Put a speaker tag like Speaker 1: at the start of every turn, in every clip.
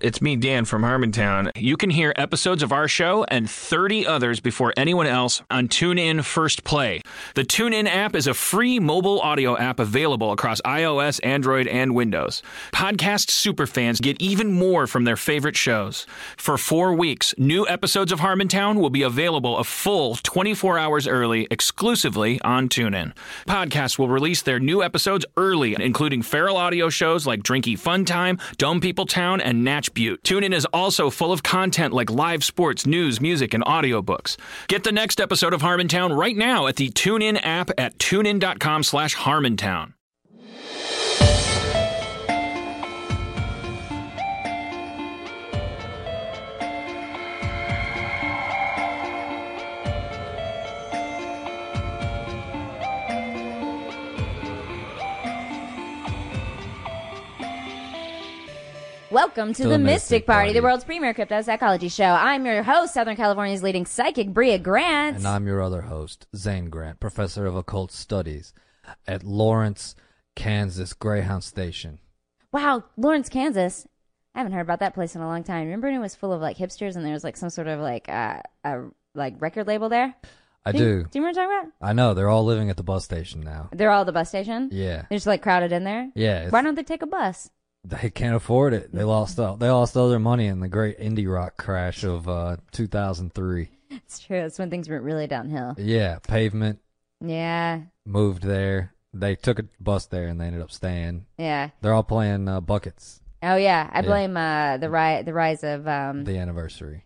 Speaker 1: It's me, Dan from Harmontown. You can hear episodes of our show and 30 others before anyone else on TuneIn First Play. The TuneIn app is a free mobile audio app available across iOS, Android, and Windows. Podcast superfans get even more from their favorite shows. For four weeks, new episodes of Harmontown will be available a full 24 hours early exclusively on TuneIn. Podcasts will release their new episodes early, including feral audio shows like Drinky Fun Time, Dome People Town, and Natch Butte. TuneIn is also full of content like live sports, news, music, and audiobooks. Get the next episode of Harmontown right now at the TuneIn app at tunein.com slash harmontown.
Speaker 2: Welcome to the, Mystic, Party, the world's premier crypto psychology show. I'm your host, Southern California's leading psychic, Bria Grant.
Speaker 3: And I'm your other host, Zane Grant, professor of occult studies at Lawrence, Kansas Greyhound Station.
Speaker 2: wow, Lawrence, Kansas. I haven't heard about that place in a long time. Remember when it was full of like hipsters and there was like some sort of like uh, a like record label there?
Speaker 3: I
Speaker 2: Do you-
Speaker 3: do.
Speaker 2: Do you remember what I'm talking
Speaker 3: I know they're all living at the bus station now.
Speaker 2: about? They're all at the bus station.
Speaker 3: Yeah,
Speaker 2: They're just like crowded in there.
Speaker 3: yeah. it's-
Speaker 2: Why don't they take a bus?
Speaker 3: they can't afford it? They lost all. They lost all their money in the great indie rock crash of uh, 2003.
Speaker 2: It's true. That's when things went really downhill.
Speaker 3: Yeah, pavement
Speaker 2: Yeah.
Speaker 3: moved there. They took a bus there and they ended up staying.
Speaker 2: Yeah.
Speaker 3: They're all playing uh, buckets.
Speaker 2: Oh yeah. I
Speaker 3: Yeah.
Speaker 2: blame uh, the ri- the rise of um.
Speaker 3: The anniversary.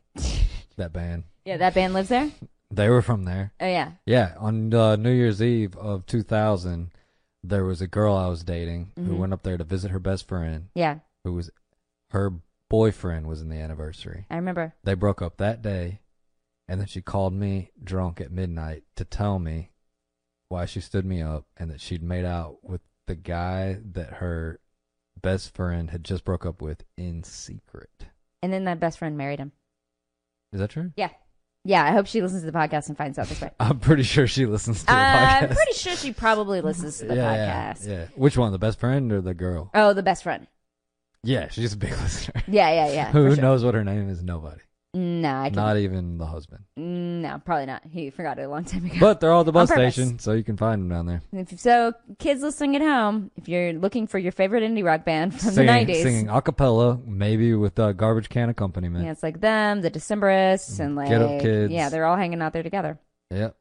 Speaker 3: that band.
Speaker 2: yeah, that band lives there.
Speaker 3: They were from there.
Speaker 2: Oh yeah.
Speaker 3: Yeah, on uh, New Year's Eve of 2000, there was a girl I was dating who went up there to visit her best friend,
Speaker 2: Mm-hmm. Yeah.
Speaker 3: who was her boyfriend was in the anniversary.
Speaker 2: I remember.
Speaker 3: They broke up that day, and then she called me drunk at midnight to tell me why she stood me up and that she'd made out with the guy that her best friend had just broke up with in secret.
Speaker 2: And then that best friend married him.
Speaker 3: Is that true?
Speaker 2: Yeah. Yeah, I hope she listens to the podcast and finds out this way.
Speaker 3: I'm pretty sure she listens to
Speaker 2: Um,
Speaker 3: the podcast.
Speaker 2: I'm pretty sure she probably listens to the
Speaker 3: yeah,
Speaker 2: podcast.
Speaker 3: yeah, yeah. Which one, the best friend or the girl?
Speaker 2: Oh, the best friend.
Speaker 3: Yeah, she's a big listener.
Speaker 2: Yeah, yeah, yeah. for
Speaker 3: Who
Speaker 2: sure.
Speaker 3: knows what her name is? Nobody.
Speaker 2: No, I
Speaker 3: Not
Speaker 2: can't.
Speaker 3: even the husband.
Speaker 2: Mm, No, probably not. He forgot it a long time ago.
Speaker 3: But they're all at the
Speaker 2: On
Speaker 3: bus
Speaker 2: purpose.
Speaker 3: station, so you can find them down there.
Speaker 2: If- so, kids listening at home, if you're looking for your favorite indie rock band from
Speaker 3: singing,
Speaker 2: the 90s,
Speaker 3: singing a cappella, maybe with uh, garbage can accompaniment.
Speaker 2: yeah, it's like them, the Decemberists, and like,
Speaker 3: Get Up Kids.
Speaker 2: yeah, they're all hanging out there together.
Speaker 3: Yep.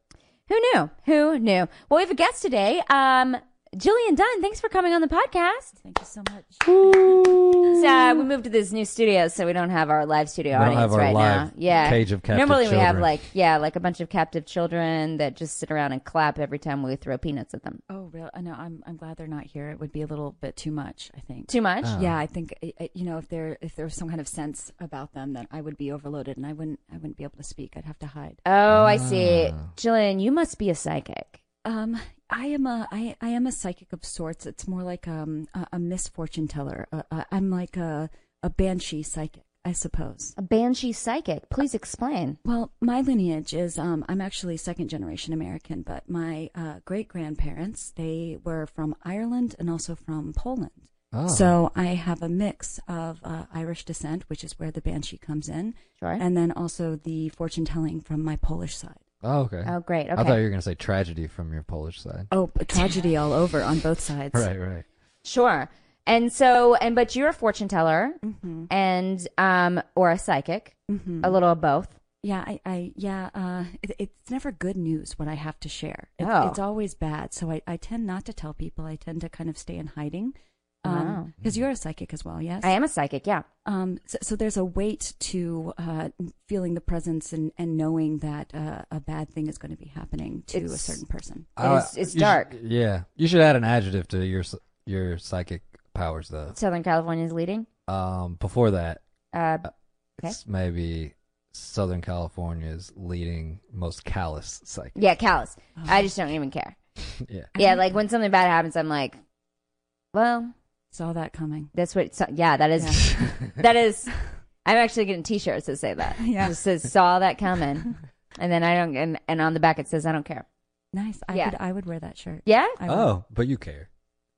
Speaker 2: Who knew? Who knew? Well, we have a guest today. Um, Jillian Dunn, thanks for coming on the podcast.
Speaker 4: Thank you so much.
Speaker 2: So uh, we moved to this new studio, so we don't have our live studio
Speaker 3: We don't
Speaker 2: audience
Speaker 3: have our
Speaker 2: right
Speaker 3: live
Speaker 2: now. Yeah,
Speaker 3: cage of captive
Speaker 2: Normally we have
Speaker 3: children.
Speaker 2: like yeah, like a bunch of captive children that just sit around and clap every time we throw peanuts at them.
Speaker 4: Oh, really? I know. I'm I'm glad they're not here. It would be a little bit too much, I think.
Speaker 2: Too much.
Speaker 4: yeah, I think I- I- you know if there if there was some kind of sense about them that I would be overloaded and I wouldn't I wouldn't be able to speak. I'd have to hide.
Speaker 2: Oh, I see.
Speaker 3: Ah.
Speaker 2: Jillian, you must be a psychic.
Speaker 4: Um, I am a I I am a psychic of sorts. It's more like um a, a misfortune teller. Uh, uh, I'm like a a banshee psychic, I suppose.
Speaker 2: A banshee psychic. Please explain.
Speaker 4: Well, my lineage is um, I'm actually second generation American, but my uh, great grandparents they were from Ireland and also from Poland.
Speaker 3: Oh.
Speaker 4: So I have a mix of uh, Irish descent, which is where the banshee comes in,
Speaker 2: Sure.
Speaker 4: and then also the fortune telling from my Polish side.
Speaker 3: Oh, okay.
Speaker 2: oh, great.
Speaker 3: I
Speaker 2: Okay.
Speaker 3: thought you were going to say tragedy from your Polish side.
Speaker 4: Oh, a tragedy all over on both sides.
Speaker 3: Right, right.
Speaker 2: sure. And so, and but you're a fortune teller,
Speaker 4: Mm-hmm.
Speaker 2: and um, or a psychic, a little of both.
Speaker 4: Yeah, I, I yeah, uh, it, it's never good news what I have to share. It,
Speaker 2: Oh.
Speaker 4: It's always bad. So I, I tend not to tell people. I tend to kind of stay in hiding. Because
Speaker 2: Wow.
Speaker 4: you're a psychic as well, yes?
Speaker 2: I am a psychic. Yeah.
Speaker 4: Um, so, so there's a weight to uh, feeling the presence and, and knowing that uh, a bad thing is going to be happening to a
Speaker 2: It's-
Speaker 4: certain person.
Speaker 2: It's-
Speaker 3: Uh,
Speaker 2: it's
Speaker 3: you should-
Speaker 2: dark.
Speaker 3: yeah. You should add an adjective to your s- your psychic powers, though.
Speaker 2: Southern California's leading.
Speaker 3: Um, before that,
Speaker 2: Uh, Okay.
Speaker 3: it's maybe Southern California's leading most callous psychic.
Speaker 2: yeah, callous. I just don't even care.
Speaker 3: Oh. yeah.
Speaker 2: Yeah, like when something bad happens, I'm like, well,
Speaker 4: Saw that coming.
Speaker 2: that's what. So, yeah, that is. that is. I'm actually getting T-shirts that say that.
Speaker 4: Yeah.
Speaker 2: It just says saw that coming, and then I don't. And, and on the back it says I don't care.
Speaker 4: Nice. I
Speaker 2: Yeah.
Speaker 4: would I would wear that shirt.
Speaker 2: Yeah.
Speaker 4: I would.
Speaker 3: Oh, but you care.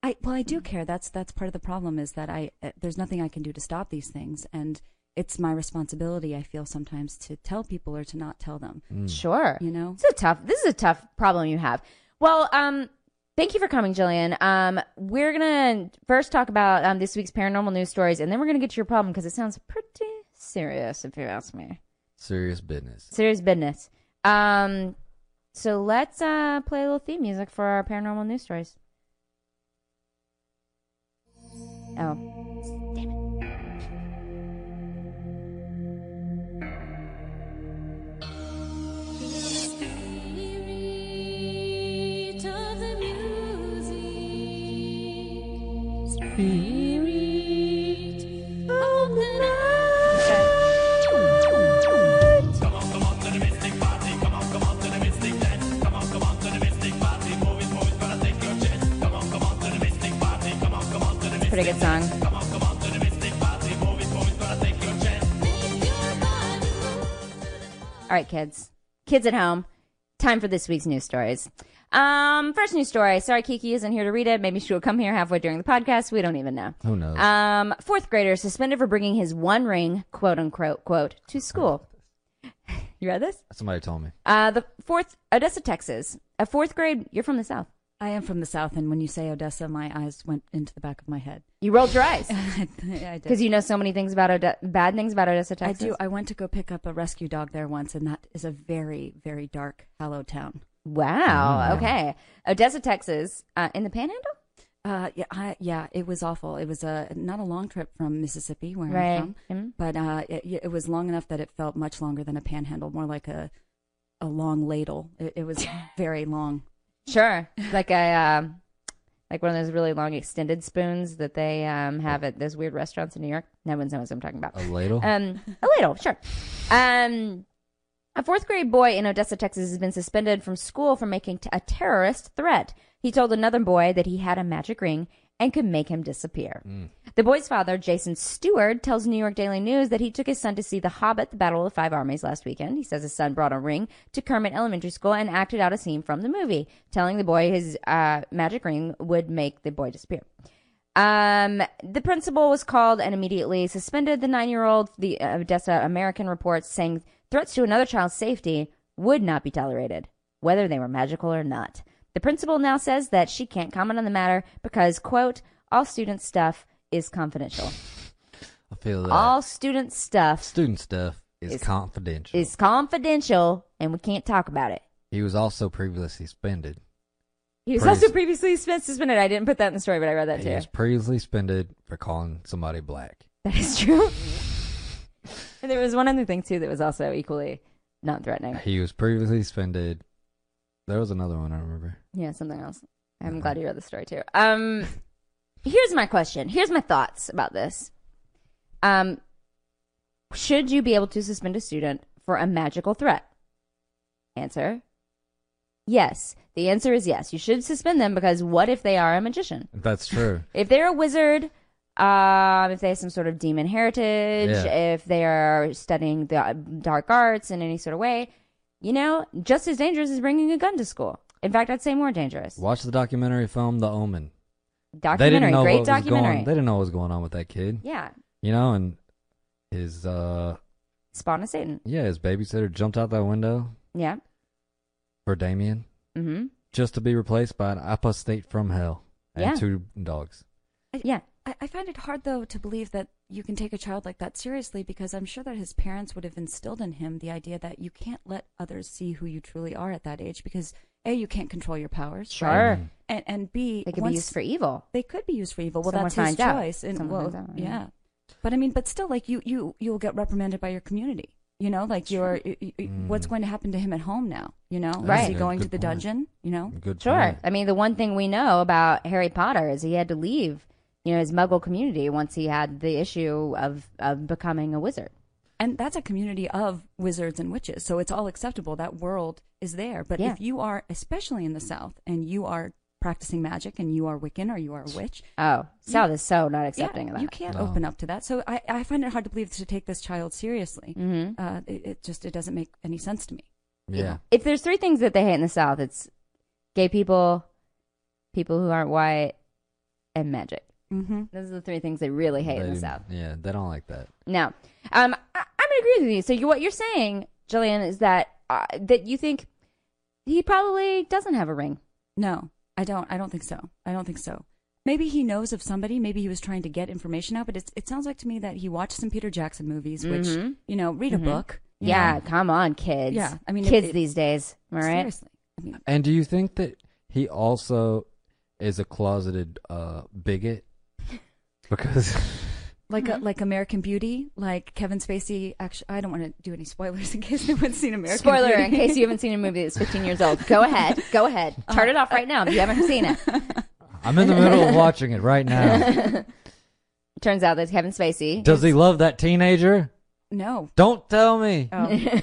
Speaker 4: I well, I do care. That's that's part of the problem is that I uh, there's nothing I can do to stop these things, and it's my responsibility. I feel sometimes to tell people or to not tell them.
Speaker 2: Sure.
Speaker 4: You know?
Speaker 2: it's a tough. This is a tough problem you have. Well, um, thank you for coming, Jillian. Um, we're gonna first talk about um this week's paranormal news stories, and then we're gonna get to your problem because it sounds pretty serious, if you ask me.
Speaker 3: Serious business.
Speaker 2: Serious business. Um, so let's uh play a little theme music for our paranormal news stories. Oh, pretty good song. All right, kids. Kids at home. Time for this week's news stories. Um, first news story. Sorry, Kiki isn't here to read it. Maybe she will come here halfway during the podcast. We don't even know.
Speaker 3: Who knows?
Speaker 2: Um, fourth grader suspended for bringing his one ring, quote unquote, quote, to school. You read this?
Speaker 3: Somebody told me.
Speaker 2: Uh, the fourth, Odessa, Texas. A fourth grade, you're from the South.
Speaker 4: I am from the south, and when you say Odessa, my eyes went into the back of my head.
Speaker 2: You rolled your eyes
Speaker 4: I did.
Speaker 2: because you know so many things about Ode- bad things about Odessa,
Speaker 4: I
Speaker 2: Texas.
Speaker 4: do. I went to go pick up a rescue dog there once, and that is a very, very dark, hollow town.
Speaker 2: Wow. Oh, Okay. Odessa, Texas, uh, in the Panhandle.
Speaker 4: Uh, yeah, I, yeah, it was awful. It was a not a long trip from Mississippi, where
Speaker 2: Right.
Speaker 4: I'm from,
Speaker 2: Mhm.
Speaker 4: but uh, it, it was long enough that it felt much longer than a panhandle, more like a a long ladle. It, it was very long.
Speaker 2: Sure. Like a um, like one of those really long extended spoons that they um, have at those weird restaurants in New York. No one knows what I'm talking about.
Speaker 3: A ladle?
Speaker 2: Um, a ladle, sure. Um, a fourth grade boy in Odessa, Texas, has been suspended from school for making t- a terrorist threat. He told another boy that he had a magic ring and could make him disappear. The boy's father, Jason Stewart, tells New York Daily News that he took his son to see The Hobbit: The Battle of the Five Armies last weekend. He says his son brought a ring to Kermit Elementary School and acted out a scene from the movie, telling the boy his uh, magic ring would make the boy disappear. Um, the principal was called and immediately suspended the nine-year-old. The uh, Odessa American reports saying threats to another child's safety would not be tolerated, whether they were magical or not. The principal now says that she can't comment on the matter because, quote, all student stuff is confidential.
Speaker 3: I feel that.
Speaker 2: All student stuff
Speaker 3: student stuff is,
Speaker 2: is-
Speaker 3: confidential.
Speaker 2: is confidential, and we can't talk about it.
Speaker 3: he was also previously suspended.
Speaker 2: He was
Speaker 3: Praise-
Speaker 2: also previously suspen- suspended. I didn't put that in the story, but I read that
Speaker 3: He
Speaker 2: too.
Speaker 3: was previously suspended for calling somebody black.
Speaker 2: That is true. and there was one other thing too that was also equally not threatening.
Speaker 3: He was previously suspended. There was another one I remember.
Speaker 2: Yeah, something else. I'm
Speaker 3: Mhm.
Speaker 2: glad you read the story too. Um, here's my question. Here's my thoughts about this. Um, should you be able to suspend a student for a magical threat? Answer: Yes. The answer is yes. You should suspend them because what if they are a magician?
Speaker 3: That's true.
Speaker 2: If they're a wizard, um, if they have some sort of demon heritage,
Speaker 3: Yeah.
Speaker 2: if they are studying the uh, dark arts in any sort of way, you know, just as dangerous as bringing a gun to school. In fact, I'd say more dangerous.
Speaker 3: Watch the documentary film The Omen.
Speaker 2: Documentary,
Speaker 3: they didn't know
Speaker 2: great
Speaker 3: what Was
Speaker 2: documentary.
Speaker 3: going, they didn't know what was going on with that kid.
Speaker 2: yeah,
Speaker 3: You know, and his uh
Speaker 2: Spawn of Satan.
Speaker 3: yeah, his babysitter jumped out that window
Speaker 2: Yeah.
Speaker 3: for Damien
Speaker 2: Mm-hmm.
Speaker 3: just to be replaced by an apostate from hell and
Speaker 2: Yeah.
Speaker 3: two dogs.
Speaker 2: Yeah.
Speaker 4: I, I find it hard though to believe that you can take a child like that seriously because I'm sure that his parents would have instilled in him the idea that you can't let others see who you truly are at that age because a you can't control your powers
Speaker 2: Sure.
Speaker 3: Mm.
Speaker 4: and and b
Speaker 2: They could
Speaker 4: once-
Speaker 2: be used for evil.
Speaker 4: they could be used for evil. Well,
Speaker 2: Someone
Speaker 4: that's his
Speaker 2: finds out.
Speaker 4: choice. And
Speaker 2: Someone
Speaker 4: well,
Speaker 2: finds out, yeah.
Speaker 4: yeah. but I mean, but still, like you, you, you'll get reprimanded by your community. You know, like your y- y- y- what's
Speaker 3: Mm.
Speaker 4: going to happen to him at home now? You know,
Speaker 3: That's
Speaker 2: a
Speaker 4: is he
Speaker 3: good-
Speaker 4: going to
Speaker 3: good
Speaker 4: the
Speaker 3: point. Mm.
Speaker 4: dungeon? You know,
Speaker 3: Good
Speaker 2: Sure.
Speaker 3: point.
Speaker 2: I mean, the one thing we know about Harry Potter is he had to leave, you know, his Muggle community once he had the issue of of becoming a wizard.
Speaker 4: and that's a community of wizards and witches, so it's all acceptable. That world is there. But
Speaker 2: Yeah.
Speaker 4: if you are, especially in the South, and you are practicing magic, and you are Wiccan or you are a witch,
Speaker 2: Oh, South is so not accepting
Speaker 4: yeah,
Speaker 2: of that.
Speaker 4: you can't
Speaker 3: No.
Speaker 4: open up to that. So I, I find it hard to believe to take this child seriously.
Speaker 2: Mhm.
Speaker 4: Uh, it, it just it doesn't make any sense to me.
Speaker 3: Yeah.
Speaker 2: If there's three things that they hate in the South, it's gay people, people who aren't white, and magic.
Speaker 4: Mm-hmm.
Speaker 2: Those are the three things they really hate in
Speaker 3: They-
Speaker 2: the South.
Speaker 3: Yeah, they don't like that.
Speaker 2: Now, um, I, I'm gonna agree with you. So you, what you're saying, Jillian, is that uh, that you think he probably doesn't have a ring.
Speaker 4: No, I don't. I don't think so. I don't think so. Maybe he knows of somebody. Maybe he was trying to get information out. But it's, it sounds like to me that he watched some Peter Jackson movies, which
Speaker 2: Mhm.
Speaker 4: you know, read
Speaker 2: Mhm.
Speaker 4: a book. you
Speaker 2: Yeah,
Speaker 4: know.
Speaker 2: come on, kids.
Speaker 4: Mm-hmm. Yeah, I mean,
Speaker 2: kids
Speaker 4: it- it-
Speaker 2: these days. Am I right?
Speaker 4: Seriously. I
Speaker 2: Mm-hmm.
Speaker 4: mean,
Speaker 3: And do you think that he also is a closeted uh, bigot? Because
Speaker 4: like
Speaker 2: Mm-hmm.
Speaker 4: a, like American Beauty, like Kevin Spacey. Actually, I don't want to do any spoilers in case no one's seen American.
Speaker 2: Spoiler:
Speaker 4: Beauty. Uh-huh.
Speaker 2: In case you haven't seen a movie that's 15 years old, go ahead, go ahead, turn it off right now if you haven't seen it.
Speaker 3: I'm in the middle of watching it right now.
Speaker 2: Turns out that Kevin Spacey.
Speaker 3: Does he love that teenager?
Speaker 4: no,
Speaker 3: Don't tell me.
Speaker 4: oh.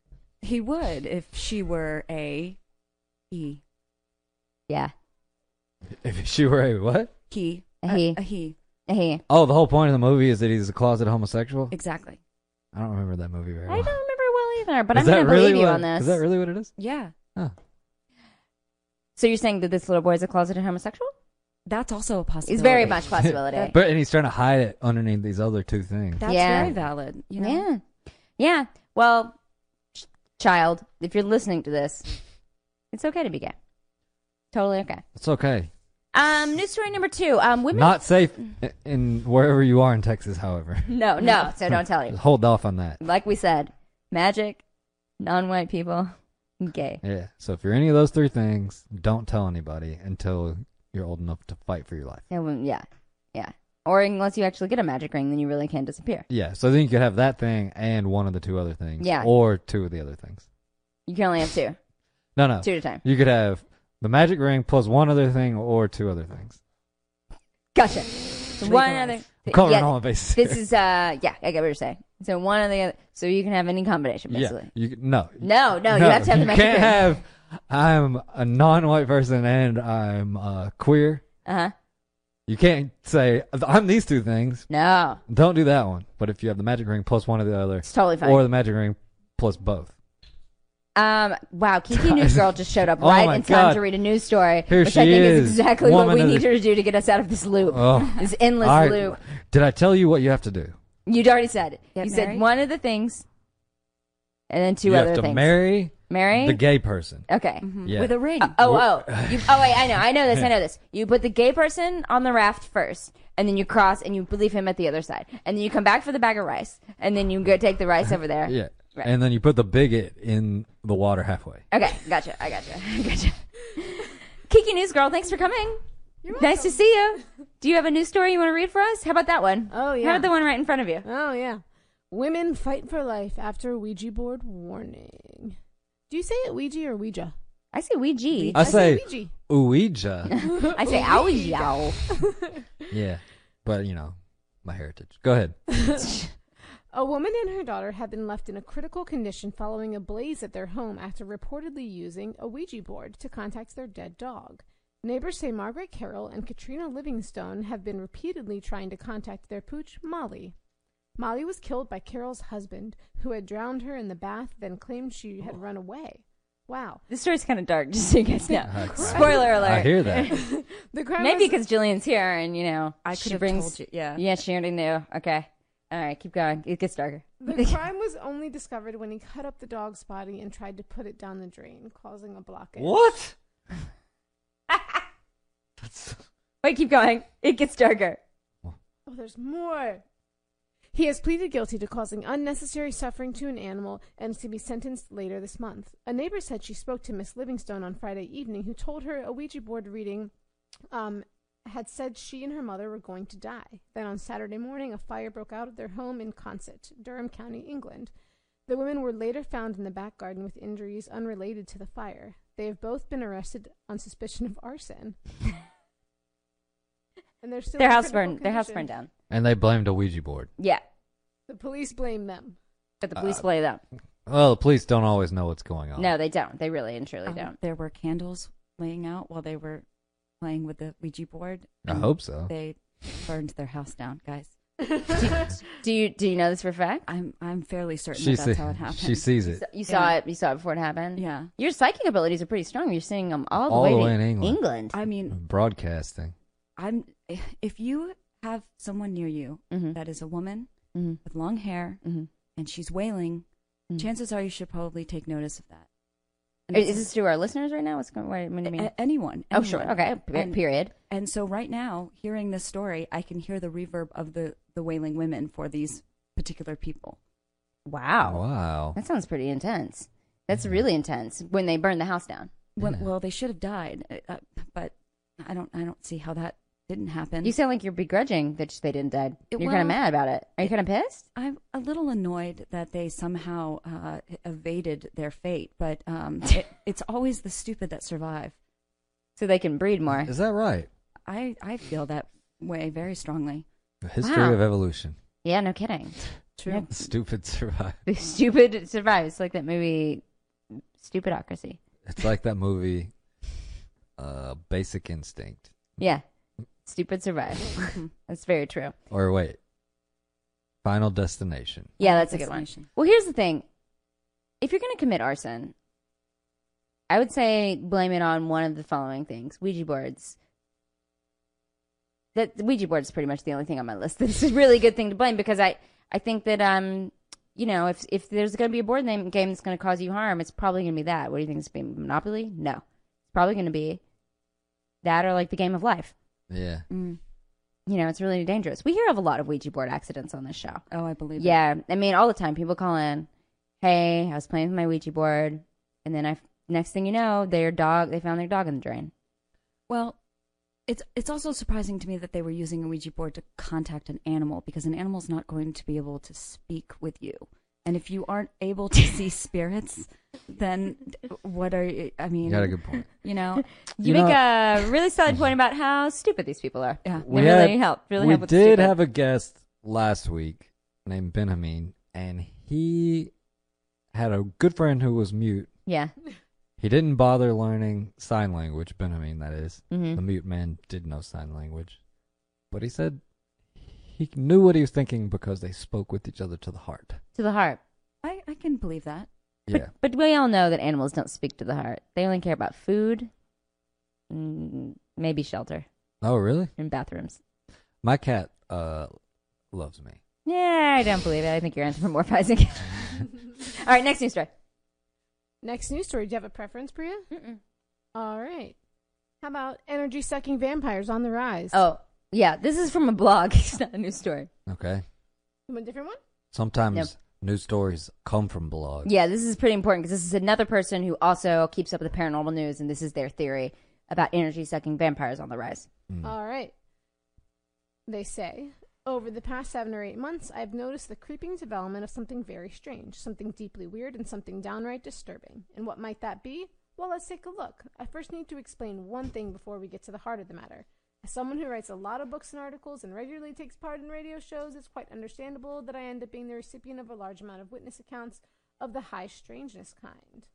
Speaker 4: he would if she were a E. he.
Speaker 2: yeah,
Speaker 3: If she were a what?
Speaker 4: He.
Speaker 2: A he.
Speaker 4: A, he.
Speaker 2: he.
Speaker 3: Oh, the whole point of the movie is that he's a closet homosexual.
Speaker 4: Exactly.
Speaker 3: I don't remember that movie very
Speaker 2: I
Speaker 3: well.
Speaker 2: don't remember well either, but
Speaker 3: Is
Speaker 2: I'm
Speaker 3: that
Speaker 2: gonna
Speaker 3: really
Speaker 2: believe you
Speaker 3: what-
Speaker 2: on this.
Speaker 3: Is that really what it is?
Speaker 4: Yeah.
Speaker 3: Huh.
Speaker 2: So you're saying that this little boy is a closeted homosexual?
Speaker 4: That's also a possibility.
Speaker 2: It's very much possibility.
Speaker 3: But and he's trying to hide it underneath these other two things.
Speaker 4: That's
Speaker 2: Yeah.
Speaker 4: very valid. You know.
Speaker 2: Yeah. Yeah. Well, ch- child, if you're listening to this, it's okay to be gay. Totally okay.
Speaker 3: It's okay.
Speaker 2: Um, news story number two. Um, women.
Speaker 3: Not safe i- in wherever you are in Texas. However,
Speaker 2: no, no. So don't tell you.
Speaker 3: hold off on that.
Speaker 2: Like we said, magic, non-white people, gay.
Speaker 3: Yeah. So if you're any of those three things, don't tell anybody until you're old enough to fight for your life.
Speaker 2: Yeah, well, yeah, yeah. Or unless you actually get a magic ring, then you really can disappear.
Speaker 3: Yeah. So then you could have that thing and one of the two other things.
Speaker 2: Yeah.
Speaker 3: Or two of the other things.
Speaker 2: You can only have two,
Speaker 3: No, no.
Speaker 2: two at a time.
Speaker 3: You could have the magic ring plus one other thing or two other things.
Speaker 2: Gotcha. So one other.
Speaker 3: I'm covering
Speaker 2: yeah,
Speaker 3: all my bases.
Speaker 2: This
Speaker 3: here.
Speaker 2: is uh, yeah, I get what you're saying. So one of the other. So you can have any combination, basically.
Speaker 3: yeah. You could- no.
Speaker 2: No, no, you have to have the magic
Speaker 3: can't
Speaker 2: ring.
Speaker 3: have. I'm a non-white person and I'm uh, queer.
Speaker 2: Uh huh.
Speaker 3: You can't say I'm these two things.
Speaker 2: No,
Speaker 3: Don't do that one. But if you have the magic ring plus one of the other,
Speaker 2: it's totally fine.
Speaker 3: or the magic ring plus both,
Speaker 2: um, wow, Kiki News Girl just showed up
Speaker 3: Oh
Speaker 2: right
Speaker 3: my
Speaker 2: in time
Speaker 3: God.
Speaker 2: to read a news story,
Speaker 3: Here
Speaker 2: which I
Speaker 3: she
Speaker 2: think is,
Speaker 3: is,
Speaker 2: exactly what
Speaker 3: woman
Speaker 2: we
Speaker 3: of the-
Speaker 2: need her to do to get us out of this loop,
Speaker 3: Oh.
Speaker 2: this endless
Speaker 3: All right.
Speaker 2: loop.
Speaker 3: did I tell you what you have to do?
Speaker 2: You'd already said it.
Speaker 4: Get
Speaker 2: you said
Speaker 4: married?
Speaker 2: one of the things, and then two
Speaker 3: you
Speaker 2: other
Speaker 3: have to
Speaker 2: things.
Speaker 3: marry
Speaker 2: Marry?
Speaker 3: the gay person.
Speaker 2: okay.
Speaker 3: Yeah.
Speaker 4: Mm-hmm. With a ring.
Speaker 2: Uh, oh, oh, you, oh! Wait, I know, I know this, I know this. You put the gay person on the raft first, and then you cross, and you leave him at the other side, and then you come back for the bag of rice, and then you go take the rice over there.
Speaker 3: Yeah.
Speaker 2: Right.
Speaker 3: And then you put the bigot in the water halfway.
Speaker 2: Okay, gotcha. I gotcha. I gotcha. Kiki News Girl, thanks for coming. nice to see you. Do you have a news story you want to read for us? How about that one?
Speaker 5: Oh,
Speaker 2: How
Speaker 5: yeah.
Speaker 2: about the one right in front of you?
Speaker 5: Oh yeah. Women fight for life after Ouija board warning. Do you say it Ouija or Ouija?
Speaker 2: I say Ouija.
Speaker 3: I, say,
Speaker 5: Ouija.
Speaker 3: Ouija.
Speaker 2: I say Ouija.
Speaker 3: yeah. But you know, my heritage. Go ahead.
Speaker 5: A woman and her daughter have been left in a critical condition following a blaze at their home after reportedly using a Ouija board to contact their dead dog. Neighbors say Margaret Carroll and Katrina Livingstone have been repeatedly trying to contact their pooch, Molly. Molly was killed by Carroll's husband, who had drowned her in the bath, then claimed she had run away. Wow.
Speaker 2: This story's kind of dark, just so you guys know.
Speaker 3: I-
Speaker 2: Spoiler alert.
Speaker 3: Oh, I hear that.
Speaker 5: The crime
Speaker 2: Maybe
Speaker 5: was-
Speaker 2: because Jillian's here and, you know,
Speaker 4: I
Speaker 2: she
Speaker 4: could have
Speaker 2: brings.
Speaker 4: told you. Yeah.
Speaker 2: Yeah, she already knew. Okay. All right, keep going. It gets darker.
Speaker 5: The crime was only discovered when he cut up the dog's body and tried to put it down the drain, causing a blockage.
Speaker 3: what?
Speaker 2: Wait, keep going. It gets darker.
Speaker 5: Oh, there's more. He has pleaded guilty to causing unnecessary suffering to an animal and is to be sentenced later this month. A neighbor said she spoke to Miss Livingstone on Friday evening, who told her a Ouija board reading um, had said she and her mother were going to die. Then on Saturday morning, a fire broke out of their home in Consett, Durham County, England. The women were later found in the back garden with injuries unrelated to the fire. They have both been arrested on suspicion of arson. and they're still
Speaker 2: Their
Speaker 5: in
Speaker 2: house
Speaker 5: critical
Speaker 2: burned. Their house
Speaker 5: condition.
Speaker 2: burned down.
Speaker 3: And they blamed a Ouija board.
Speaker 2: Yeah.
Speaker 5: The police blame them.
Speaker 2: But the
Speaker 3: Uh,
Speaker 2: police play them.
Speaker 3: Well, the police don't always know what's going on.
Speaker 2: No, they don't. They really and truly
Speaker 4: Um,
Speaker 2: don't.
Speaker 4: There were candles laying out while they were playing with the Ouija board.
Speaker 3: I
Speaker 4: and
Speaker 3: hope so.
Speaker 4: They burned their house down, guys.
Speaker 2: Do you do you know this for a fact?
Speaker 4: I'm I'm fairly certain
Speaker 3: She
Speaker 4: that that's
Speaker 3: see-
Speaker 4: how it happened.
Speaker 3: She sees it.
Speaker 2: You saw
Speaker 4: Yeah.
Speaker 2: it. You saw it before it happened.
Speaker 4: Yeah.
Speaker 2: Your psychic abilities are pretty strong. You're seeing them all the
Speaker 3: All
Speaker 2: way
Speaker 3: the
Speaker 2: to
Speaker 3: way in England.
Speaker 4: I mean,
Speaker 3: Broadcasting.
Speaker 4: I'm if you have someone near you
Speaker 2: Mhm.
Speaker 4: that is a woman
Speaker 2: Mhm.
Speaker 4: with long hair
Speaker 2: Mhm.
Speaker 4: and she's wailing,
Speaker 2: Mhm.
Speaker 4: chances are you should probably take notice of that. And
Speaker 2: Is this to our listeners right now? What's going? What, what do you mean?
Speaker 4: a- anyone,
Speaker 2: oh, sure.
Speaker 4: anyone.
Speaker 2: Okay. Pe-
Speaker 4: And-
Speaker 2: period.
Speaker 4: And so right now, hearing this story, I can hear the reverb of the the wailing women for these particular people.
Speaker 2: Wow.
Speaker 3: Wow.
Speaker 2: That sounds pretty intense. That's really intense when they burn the house down.
Speaker 4: Well,
Speaker 3: Yeah.
Speaker 4: well they should have died, uh, uh, but I don't I don't see how that didn't happen.
Speaker 2: You sound like you're begrudging that sh- they didn't die. You're
Speaker 4: It-
Speaker 2: kind
Speaker 4: well-
Speaker 2: of mad about it. Are you kind of pissed?
Speaker 4: I'm a little annoyed that they somehow uh, evaded their fate, but um, it, it's always the stupid that survive.
Speaker 2: So they can breed more.
Speaker 3: Is that right?
Speaker 4: I, I feel that way very strongly.
Speaker 3: The history
Speaker 2: Wow.
Speaker 3: of evolution.
Speaker 2: Yeah, no kidding.
Speaker 4: True.
Speaker 3: Stupid survive.
Speaker 2: The stupid survives. It's like that movie, Stupidocracy.
Speaker 3: It's like that movie, uh, Basic Instinct.
Speaker 2: Yeah. Stupid survive.
Speaker 4: Mm-hmm.
Speaker 2: that's very true.
Speaker 3: Or wait, Final Destination.
Speaker 2: Yeah, that's a good one.
Speaker 4: Destination.
Speaker 2: Well, here's the thing. If you're going to commit arson, I would say blame it on one of the following things. Ouija boards. That the Ouija board is pretty much the only thing on my list. That's a really good thing to blame because I, I think that um, you know, if if there's going to be a board name, game that's going to cause you harm, it's probably going to be that. What do you think? It's going to be Monopoly? No, it's probably going to be that or like the game of life.
Speaker 3: Yeah.
Speaker 4: Mm.
Speaker 2: You know, it's really dangerous. We hear of a lot of Ouija board accidents on this show.
Speaker 4: Oh, I believe. it.
Speaker 2: Yeah, I mean, all the time people call in. Hey, I was playing with my Ouija board, and then I next thing you know, their dog they found their dog in the drain.
Speaker 4: Well, it's it's also surprising to me that they were using a Ouija board to contact an animal because an animal's not going to be able to speak with you. And if you aren't able to see spirits, then what are you? I mean,
Speaker 3: You got a good point.
Speaker 4: you know,
Speaker 2: You,
Speaker 3: You
Speaker 2: make
Speaker 3: know-
Speaker 2: a really solid point about how stupid these people are.
Speaker 4: yeah.
Speaker 2: We They really help- really
Speaker 3: we
Speaker 2: help with the
Speaker 3: did
Speaker 2: stupid.
Speaker 3: have a guest last week named Benjamin, and he had a good friend who was mute.
Speaker 2: Yeah,
Speaker 3: He didn't bother learning sign language, Benjamin, that is.
Speaker 2: Mhm.
Speaker 3: The mute man did know sign language. But he said he knew what he was thinking because they spoke with each other to the heart.
Speaker 2: to the heart.
Speaker 4: I, I can believe that.
Speaker 3: Yeah.
Speaker 2: But we all know that animals don't speak to the heart. They only care about food, and maybe shelter,
Speaker 3: Oh, really?
Speaker 2: and bathrooms.
Speaker 3: My cat uh, loves me.
Speaker 2: Yeah, I don't believe it. I think you're anthropomorphizing. all right, next news story.
Speaker 5: Next news story. Do you have a preference, Priya? All right. How about energy sucking vampires on the rise?
Speaker 2: Oh, yeah, this is from a blog. it's not a news story.
Speaker 3: Okay.
Speaker 5: You want a different one?
Speaker 3: Sometimes news stories come from blogs.
Speaker 2: Yeah, this is pretty important because this is another person who also keeps up with the paranormal news, and this is their theory about energy sucking vampires on the rise.
Speaker 3: Mm.
Speaker 5: All right. They say, over the past seven or eight months, I've noticed the creeping development of something very strange, something deeply weird, and something downright disturbing. And what might that be? Well, let's take a look. I first need to explain one thing before we get to the heart of the matter. As someone who writes a lot of books and articles and regularly takes part in radio shows, it's quite understandable that I end up being the recipient of a large amount of witness accounts of the high strangeness kind.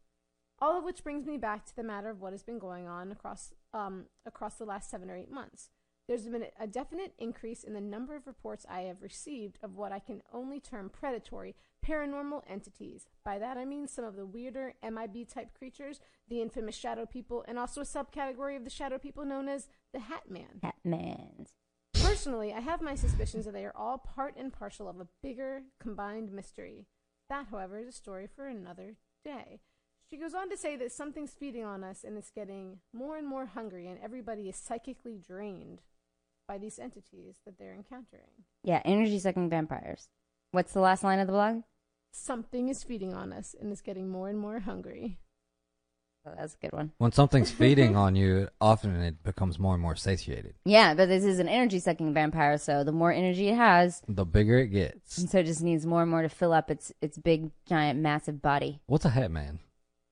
Speaker 5: All of which brings me back to the matter of what has been going on across um, across the last seven or eight months. There's been a definite increase in the number of reports I have received of what I can only term predatory paranormal entities. By that I mean some of the weirder MIB type creatures, the infamous shadow people, and also a subcategory of the shadow people known as the Hat Man.
Speaker 2: Catmans.
Speaker 5: Personally, I have my suspicions that they are all part and parcel of a bigger combined mystery. That, however, is a story for another day. She goes on to say that something's feeding on us and it's getting more and more hungry, and everybody is psychically drained by these entities that they're encountering.
Speaker 2: Yeah, energy sucking vampires. What's the last line of the blog?
Speaker 5: Something is feeding on us and is getting more and more hungry.
Speaker 2: Oh, that's a good one.
Speaker 3: When something's feeding on you, often it becomes more and more satiated.
Speaker 2: Yeah, but this is an energy sucking vampire, so the more energy it has,
Speaker 3: The bigger it gets.
Speaker 2: and so it just needs more and more to fill up its its big, giant, massive body.
Speaker 3: What's a hat man?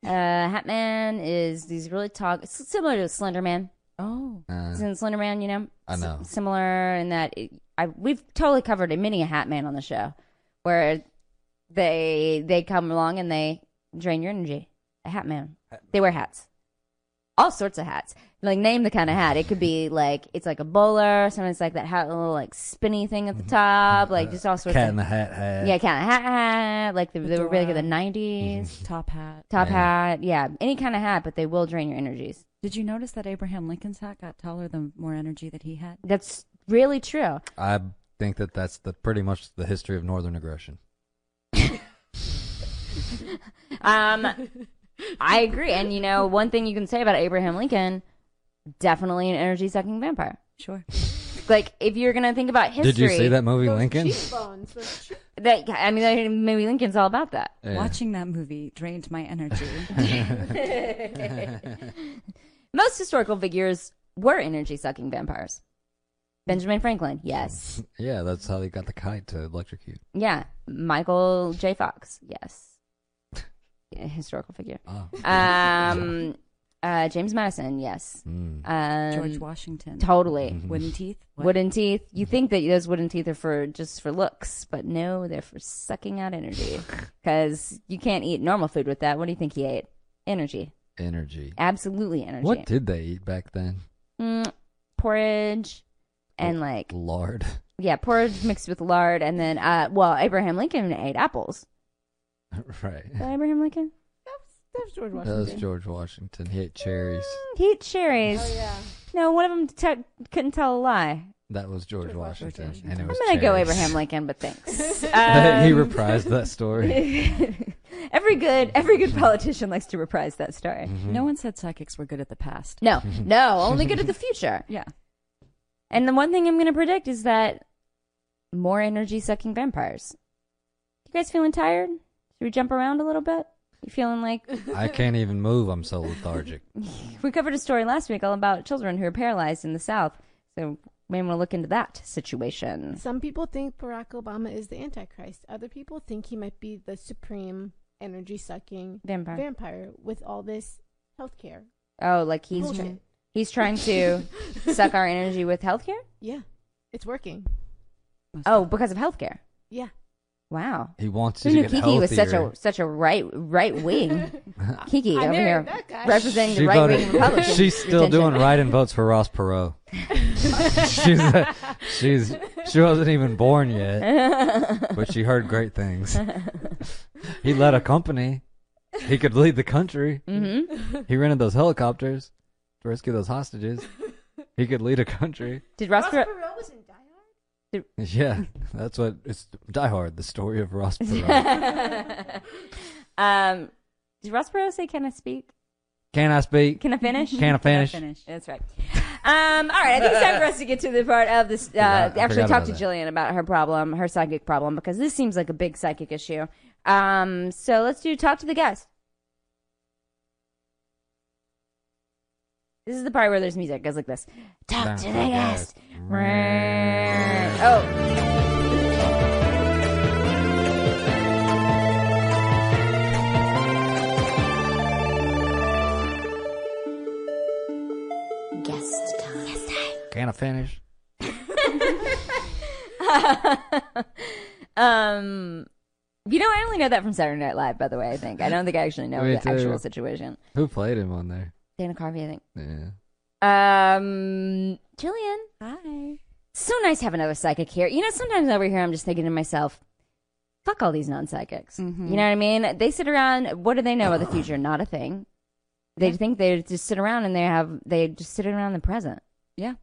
Speaker 2: Uh, Hatman is these really tall, it's similar to a Slender Man.
Speaker 4: Oh,
Speaker 3: Uh,
Speaker 2: It's in Slender Man, you know?
Speaker 3: I know.
Speaker 2: S- similar in that it, I, we've totally covered a mini a Hat Man on the show where they they come along and they drain your energy. A Hat Man. They wear hats. All sorts of hats. Like name the kind of hat. It could be like it's like a bowler. Sometimes it's like that hat, little like spinny thing at the top. Like just all sorts
Speaker 3: Mm-hmm. Uh, cat
Speaker 2: of
Speaker 3: in the hat hat.
Speaker 2: yeah, kind of hat, hat. Like they, they were big in the
Speaker 4: Fedora.
Speaker 2: 90s
Speaker 4: top hat.
Speaker 2: Top
Speaker 3: Mm-hmm. Yeah.
Speaker 2: hat, yeah, any kind of hat, but they will drain your energies.
Speaker 4: Did you notice that Abraham Lincoln's hat got taller the more energy that he had?
Speaker 2: That's really true.
Speaker 3: I think that that's the pretty much the history of northern aggression.
Speaker 2: Um, I agree. And you know, one thing you can say about Abraham Lincoln, definitely an energy sucking vampire.
Speaker 4: Sure.
Speaker 2: Like if you're gonna think about history,
Speaker 3: Did you see that movie,
Speaker 5: Those
Speaker 3: Lincoln?
Speaker 5: cheekbones, those cheek-
Speaker 2: that- I mean, that- maybe Lincoln's all about that.
Speaker 3: Yeah.
Speaker 4: Watching that movie drained my energy.
Speaker 2: Most historical figures were energy sucking vampires. Benjamin Franklin, yes.
Speaker 3: Yeah, that's how they got the kite to electrocute.
Speaker 2: Yeah. Michael J. Fox, yes. Yeah, historical figure.
Speaker 3: Oh.
Speaker 2: Um, uh, James Madison, yes.
Speaker 3: Mm.
Speaker 2: Um,
Speaker 4: George Washington.
Speaker 2: Totally.
Speaker 4: Wooden teeth. What?
Speaker 2: Wooden teeth.
Speaker 3: Mm-hmm.
Speaker 2: You think that those wooden teeth are for just for looks, but no, they're for sucking out energy. Because you can't eat normal food with that. What do you think he ate? Energy.
Speaker 3: Energy.
Speaker 2: Absolutely energy.
Speaker 3: What did they eat back then?
Speaker 2: Mm, porridge
Speaker 3: Oh.
Speaker 2: and like
Speaker 3: lard.
Speaker 2: yeah, porridge mixed with lard, and then uh, well, Abraham Lincoln ate apples.
Speaker 3: right.
Speaker 2: Is that Abraham Lincoln?
Speaker 5: That was, that was George
Speaker 3: That
Speaker 5: Washington.
Speaker 3: was George Washington. He ate cherries.
Speaker 2: Mm, He ate cherries.
Speaker 5: Oh yeah.
Speaker 2: No, one of them t- couldn't tell a lie.
Speaker 3: That was George,
Speaker 5: George
Speaker 3: Washington,
Speaker 4: Washington.
Speaker 3: and it
Speaker 2: I'm
Speaker 3: was.
Speaker 2: gonna go
Speaker 3: cherries.
Speaker 2: Abraham Lincoln, but thanks.
Speaker 3: he
Speaker 2: Um,
Speaker 3: reprised that story.
Speaker 2: every good every good politician likes to reprise that story.
Speaker 4: No one said psychics were good at the past.
Speaker 2: No, no, only good at the future.
Speaker 4: Yeah.
Speaker 2: And the one thing I'm going to predict is that more energy sucking vampires. You guys feeling tired? Should we jump around a little bit? You feeling like
Speaker 3: I can't even move. I'm so lethargic.
Speaker 2: we covered a story last week all about children who are paralyzed in the South. So may want to look into that situation.
Speaker 5: Some people think Barack Obama is the Antichrist. Other people think he might be the supreme energy sucking
Speaker 2: Vampire.
Speaker 5: vampire with all this healthcare.
Speaker 2: Oh, like he's
Speaker 5: Bullshit.
Speaker 2: he's trying to suck our energy with healthcare?
Speaker 5: Yeah. It's working.
Speaker 2: Oh, because of healthcare.
Speaker 5: Yeah.
Speaker 2: Wow.
Speaker 3: He wants
Speaker 2: Who
Speaker 3: you to
Speaker 2: knew
Speaker 3: get
Speaker 2: Kiki
Speaker 3: healthier.
Speaker 2: was such a such a right right wing? Kiki
Speaker 5: I
Speaker 2: over
Speaker 5: married
Speaker 2: here
Speaker 5: that guy.
Speaker 2: representing
Speaker 3: She
Speaker 2: the right wing
Speaker 3: voted.
Speaker 2: Republicans.
Speaker 3: She's still doing
Speaker 2: Attention.
Speaker 3: right and votes for Ross Perot. she's, a, she's she wasn't even born yet, but she heard great things. he led a company. He could lead the country. Mm-hmm. He rented those helicopters to rescue those hostages. He could lead a country.
Speaker 2: Did Ross Perot?
Speaker 5: was in Die Hard?
Speaker 3: Yeah, that's what it's. Die Hard: The Story of Ross Perot.
Speaker 2: Um, did Ross Perot say, "Can I speak?
Speaker 3: Can I speak?
Speaker 2: Can I finish?"
Speaker 3: Can I finish?
Speaker 4: Finish.
Speaker 2: That's right. Um, all right, I think it's time for us to get to the part of this. Uh,
Speaker 3: Forgot- I
Speaker 2: actually,
Speaker 3: forgot
Speaker 2: talk
Speaker 3: about
Speaker 2: to
Speaker 3: that.
Speaker 2: Jillian about her problem, her psychic problem, because this seems like a big psychic issue. Um, so let's do talk to the guest. This is the part where there's music. It goes like this. Talk to the guest. Oh.
Speaker 6: Guest time. Guest time.
Speaker 3: Can I finish?
Speaker 2: um, you know, I only know that from Saturday Night Live, by the way. I think I don't think I actually know
Speaker 3: Me
Speaker 2: the
Speaker 3: too.
Speaker 2: actual situation.
Speaker 3: uh, Who played him on there?
Speaker 2: Dana Carvey, I think.
Speaker 3: Yeah.
Speaker 2: Um, Jillian,
Speaker 4: Hi.
Speaker 2: so nice to have another psychic here. You know, sometimes over here, I'm just thinking to myself, fuck all these non psychics.
Speaker 4: Mm-hmm.
Speaker 2: You know what I mean? They sit around. What do they know about the future? Not a thing. They think they just sit around and they have they just sit around the present,
Speaker 4: Yeah.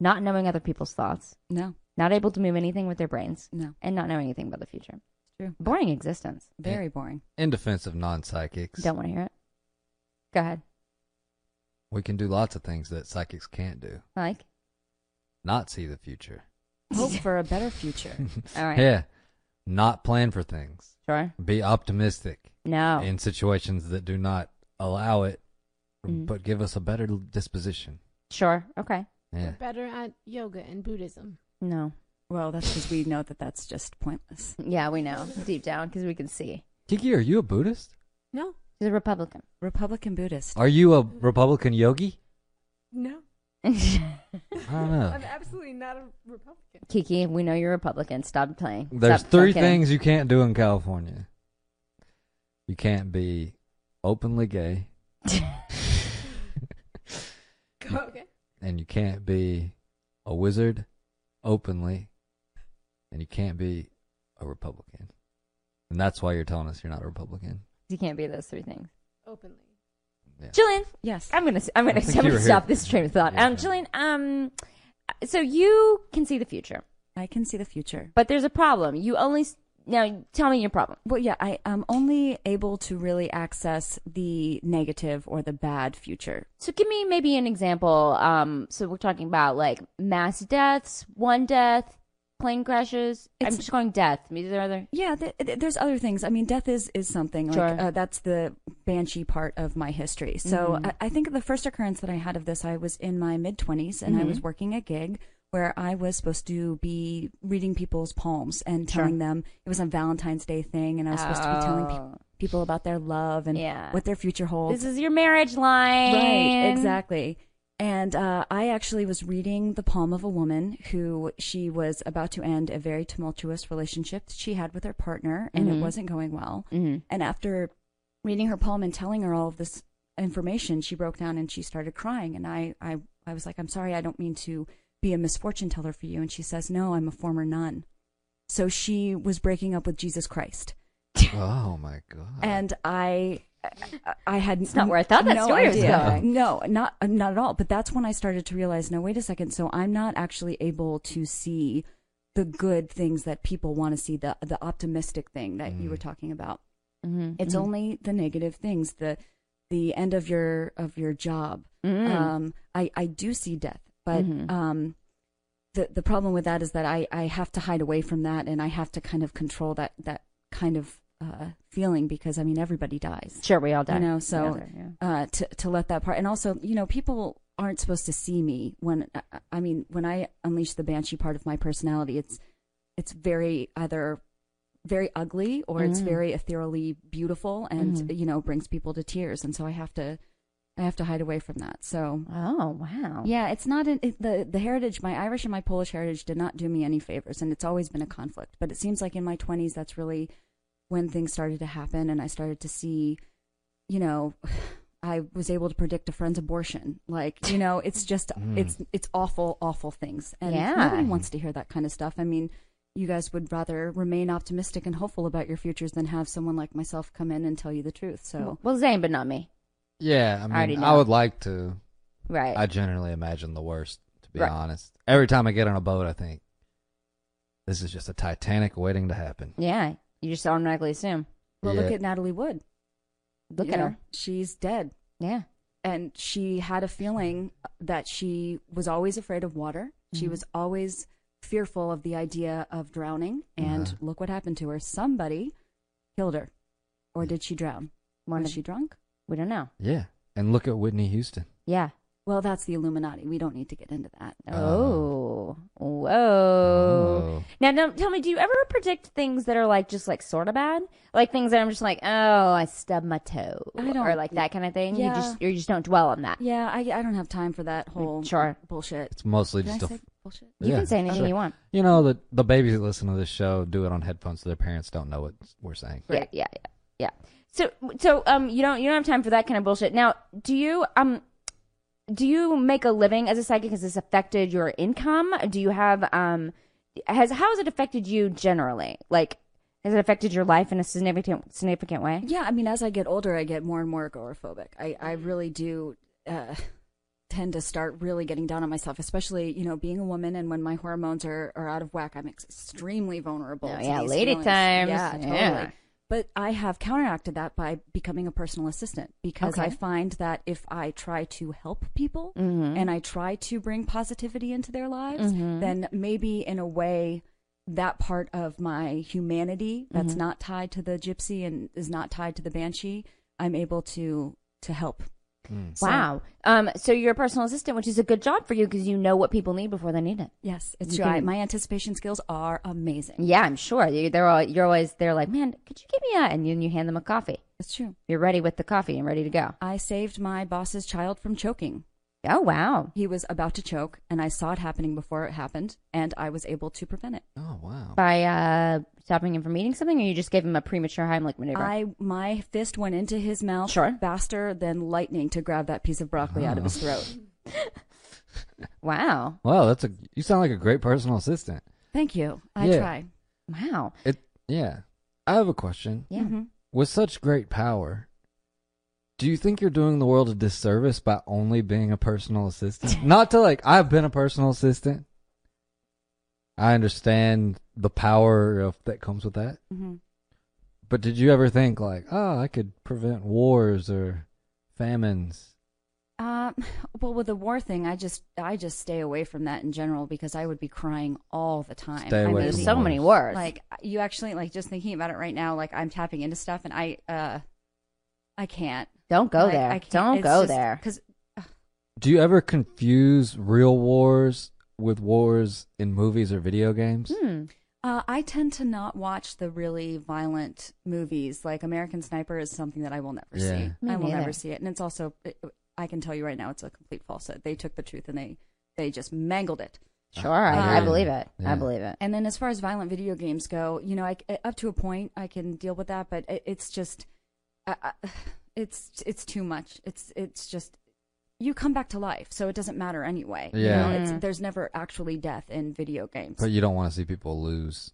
Speaker 2: not knowing other people's thoughts,
Speaker 4: No.
Speaker 2: not able to move anything with their brains.
Speaker 4: No.
Speaker 2: and not knowing anything about the future.
Speaker 4: True.
Speaker 2: Boring existence.
Speaker 4: Very boring.
Speaker 3: In defense of non-psychics,
Speaker 2: Don't want to hear it. Go ahead.
Speaker 3: we can do lots of things that psychics can't do.
Speaker 2: Like,
Speaker 3: Not see the future.
Speaker 4: Hope for a better future.
Speaker 2: all right.
Speaker 3: Yeah. Not plan for things.
Speaker 2: Sure.
Speaker 3: Be optimistic
Speaker 2: No.
Speaker 3: in situations that do not allow it,
Speaker 2: Mhm.
Speaker 3: but give us a better l- disposition.
Speaker 2: sure. Okay.
Speaker 3: Yeah.
Speaker 5: Better at yoga and Buddhism.
Speaker 2: No.
Speaker 4: well, that's because we know that that's just pointless.
Speaker 2: Yeah, we know deep down because we can see.
Speaker 3: Kiki, are you a Buddhist?
Speaker 5: No.
Speaker 2: She's a Republican.
Speaker 4: Republican Buddhist.
Speaker 3: Are you a Republican yogi?
Speaker 5: No.
Speaker 3: I don't know.
Speaker 5: I'm absolutely not a Republican.
Speaker 2: Kiki, we know you're Republican. Stop playing.
Speaker 3: There's
Speaker 2: Stop- stop
Speaker 3: three
Speaker 2: kidding.
Speaker 3: things you can't do in California. You can't be openly gay,
Speaker 5: Okay.
Speaker 3: and you can't be a wizard openly, and you can't be a Republican. And that's why you're telling us you're not a Republican.
Speaker 2: You can't be those three things.
Speaker 5: Openly.
Speaker 3: Yeah.
Speaker 2: Jillian,
Speaker 4: yes.
Speaker 2: I'm gonna, I'm
Speaker 3: I
Speaker 2: gonna,
Speaker 3: think
Speaker 2: I'm
Speaker 3: you
Speaker 2: gonna
Speaker 3: were
Speaker 2: stop
Speaker 3: here.
Speaker 2: this train of thought.
Speaker 3: Yeah.
Speaker 2: Um, Jillian, um, so you can see the future,
Speaker 4: I can see the future.
Speaker 2: but there's a problem. You only s- now tell me your problem.
Speaker 4: Well, yeah, I am only able to really access the negative or the bad future.
Speaker 2: So give me maybe an example. Um, so we're talking about like mass deaths, one death, plane crashes. I'm
Speaker 4: It's-
Speaker 2: just going death. Maybe there are other.
Speaker 4: Yeah, th- th- there's other things. I mean, death is is something. Like,
Speaker 2: Sure.
Speaker 4: uh, that's the banshee part of my history. So
Speaker 2: Mhm.
Speaker 4: I, I think the first occurrence that I had of this, I was in my mid 20s and I
Speaker 2: Mhm.
Speaker 4: was working a gig where I was supposed to be reading people's palms and
Speaker 2: Sure.
Speaker 4: telling them it was a Valentine's Day thing, and I was supposed to be telling pe-
Speaker 2: Oh.
Speaker 4: people about their love and
Speaker 2: Yeah.
Speaker 4: what their future holds.
Speaker 2: This is your marriage line.
Speaker 4: Right, exactly. And uh, I actually was reading the palm of a woman who she was about to end a very tumultuous relationship that she had with her partner, and
Speaker 2: Mhm.
Speaker 4: it wasn't going well.
Speaker 2: hmm
Speaker 4: And after reading her palm and telling her all of this information, she broke down and she started crying. And I, I, I was like, I'm sorry, I don't mean to be a misfortune teller for you. And she says, No, I'm a former nun. So she was breaking up with Jesus Christ
Speaker 3: Oh my god.
Speaker 4: and I, I- I had
Speaker 2: It's not where I thought that
Speaker 4: no
Speaker 2: story was
Speaker 4: idea.
Speaker 3: going.
Speaker 4: No, not not at all. But that's when I started to realize, no, wait a second. So I'm not actually able to see the good things that people want to see, the the optimistic thing that you were talking about.
Speaker 2: Mm-hmm.
Speaker 4: It's only the negative things, the the end of your of your job.
Speaker 2: Mm.
Speaker 4: Um, I I do see death, but
Speaker 2: Mhm.
Speaker 4: um. The, the problem with that is that I, I have to hide away from that and I have to kind of control that, that kind of uh, feeling because I mean everybody dies
Speaker 2: Sure, we all die.
Speaker 4: you know so
Speaker 2: together, yeah.
Speaker 4: uh to to let that part and also you know people aren't supposed to see me when I- i mean when i unleash the banshee part of my personality it's it's very either very ugly or it's
Speaker 2: Mm.
Speaker 4: very ethereally beautiful and
Speaker 2: Mhm.
Speaker 4: you know brings people to tears and so i have to i have to hide away from that so
Speaker 2: Oh wow.
Speaker 4: yeah it's not an, it, the the heritage my irish and my polish heritage did not do me any favors and it's always been a conflict but it seems like in my 20s that's really when things started to happen and i started to see you know i was able to predict a friend's abortion like you know it's just
Speaker 3: Mm.
Speaker 4: it's it's awful awful things and
Speaker 2: Hmm. Yeah.
Speaker 4: nobody wants to hear that kind of stuff i mean you guys would rather remain optimistic and hopeful about your futures than have someone like myself come in and tell you the truth so
Speaker 2: Well, Zane, but not me.
Speaker 3: yeah, I
Speaker 2: already
Speaker 3: mean,
Speaker 2: know.
Speaker 3: I would like to.
Speaker 2: Right.
Speaker 3: I generally imagine the worst, to be
Speaker 2: Right.
Speaker 3: honest. Every time I get on a boat, I think this is just a Titanic waiting to happen.
Speaker 2: yeah. You just automatically assume.
Speaker 4: well look
Speaker 3: Yeah.
Speaker 4: at natalie wood
Speaker 2: Look
Speaker 4: You
Speaker 2: at
Speaker 4: know,
Speaker 2: her.
Speaker 4: she's dead
Speaker 2: Yeah.
Speaker 4: and she had a feeling that she was always afraid of water. She
Speaker 2: Mhm.
Speaker 4: was always fearful of the idea of drowning. And
Speaker 3: Uh-huh.
Speaker 4: look what happened to her. Somebody killed her. Or did she drown?
Speaker 2: One
Speaker 4: Was
Speaker 2: of-
Speaker 4: she drunk?
Speaker 2: We don't know.
Speaker 3: Yeah, and look at Whitney Houston.
Speaker 2: Yeah.
Speaker 4: Well, that's the Illuminati. We don't need to get into that.
Speaker 2: Oh.
Speaker 3: Oh.
Speaker 2: Whoa.
Speaker 3: Oh.
Speaker 2: Now, now, tell me, do you ever predict things that are like just like sort of bad, like things that I'm just like, oh, I stubbed my toe,
Speaker 4: I don't-
Speaker 2: or like that kind of thing? You
Speaker 4: Yeah.
Speaker 2: just you just don't dwell on that.
Speaker 4: Yeah, I, I don't have time for that whole
Speaker 2: Sure.
Speaker 4: bullshit.
Speaker 3: It's mostly
Speaker 4: Did I
Speaker 3: just a.
Speaker 4: say bullshit?
Speaker 2: You can say anything
Speaker 3: sure.
Speaker 2: you want.
Speaker 3: You know the the babies that listen to this show do it on headphones, so their parents don't know what we're saying.
Speaker 2: Yeah, yeah, yeah, yeah. So, so um, you don't you don't have time for that kind of bullshit. Now, do you um, do you make a living as a psychic? Has this affected your income? Do you have um, has how has it affected you generally? Like, has it affected your life in a significant significant way?
Speaker 4: Yeah, I mean, as I get older, I get more and more agoraphobic. I, I
Speaker 2: Mm-hmm.
Speaker 4: really do uh, tend to start really getting down on myself, especially, you know, being a woman and when my hormones are, are out of whack, I'm extremely vulnerable.
Speaker 2: Oh,
Speaker 4: to
Speaker 2: yeah,
Speaker 4: these
Speaker 2: lady
Speaker 4: feelings.
Speaker 2: times.
Speaker 4: Yeah, totally.
Speaker 2: Yeah.
Speaker 4: But I have counteracted that by becoming a personal assistant because
Speaker 2: Okay.
Speaker 4: I find that if I try to help people
Speaker 2: Mhm.
Speaker 4: and I try to bring positivity into their lives,
Speaker 2: Mhm.
Speaker 4: then maybe in a way that part of my humanity that's
Speaker 2: Mhm.
Speaker 4: not tied to the gypsy and is not tied to the banshee, I'm able to to help.
Speaker 3: Mm.
Speaker 4: So-
Speaker 2: Wow. Um, so you're a personal assistant, which is a good job for you because you know what people need before they need it.
Speaker 4: Yes, it's
Speaker 2: You
Speaker 4: true. I-
Speaker 2: can-
Speaker 4: my anticipation skills are amazing.
Speaker 2: Yeah, I'm sure. You, they're all, you're always they're like, man, could you give me a? And then you hand them a coffee.
Speaker 4: It's true.
Speaker 2: You're ready with the coffee and ready to go.
Speaker 4: I saved my boss's child from choking.
Speaker 2: Oh wow.
Speaker 4: He was about to choke, and I saw it happening before it happened, and I was able to prevent it.
Speaker 3: Oh wow.
Speaker 2: By uh, stopping him from eating something, or you just gave him a premature Heimlich maneuver.
Speaker 4: I my fist went into his mouth
Speaker 2: Sure.
Speaker 4: faster than lightning to grab that piece of broccoli out of
Speaker 3: Oh.
Speaker 4: his throat.
Speaker 2: wow.
Speaker 3: Wow, that's a. You sound like a great personal assistant.
Speaker 4: Thank you. I
Speaker 3: Yeah.
Speaker 4: try.
Speaker 2: Wow.
Speaker 3: It. Yeah. I have a question.
Speaker 2: Yeah.
Speaker 4: Mhm.
Speaker 3: With such great power, do you think you're doing the world a disservice by only being a personal assistant? Not to like, I've been a personal assistant. I understand the power of that comes with that.
Speaker 4: hmm
Speaker 3: But did you ever think like, oh, I could prevent wars or famines?
Speaker 4: Uh, well, with the war thing, I just I just stay away from that in general because I would be crying all the time.
Speaker 3: Stay
Speaker 4: I
Speaker 3: away
Speaker 4: mean,
Speaker 2: There's
Speaker 3: from
Speaker 2: so
Speaker 3: wars.
Speaker 2: many words.
Speaker 4: like you actually like just thinking about it right now. Like I'm tapping into stuff and I uh, I can't
Speaker 2: don't go there. don't go there.
Speaker 4: because
Speaker 3: Do you ever confuse real wars with wars in movies or video games?
Speaker 2: Hmm.
Speaker 4: Uh, I tend to not watch the really violent movies. Like American Sniper is something that I will never
Speaker 3: Yeah.
Speaker 4: see.
Speaker 2: Me
Speaker 4: I will
Speaker 2: neither.
Speaker 4: never see it, and it's also it- I can tell you right now, it's a complete falsehood. They took the truth and they they just mangled it.
Speaker 2: Sure, I, I
Speaker 4: Um,
Speaker 2: believe it. I
Speaker 3: yeah.
Speaker 2: believe it.
Speaker 4: And then as far as violent video games go, you know, I, I- up to a point I can deal with that, but it, it's just I, I, it's it's too much. It's it's just you come back to life, so it doesn't matter anyway. You
Speaker 3: Yeah.
Speaker 4: know, it's,
Speaker 2: Mm.
Speaker 4: there's never actually death in video games.
Speaker 3: But you don't want to see people lose.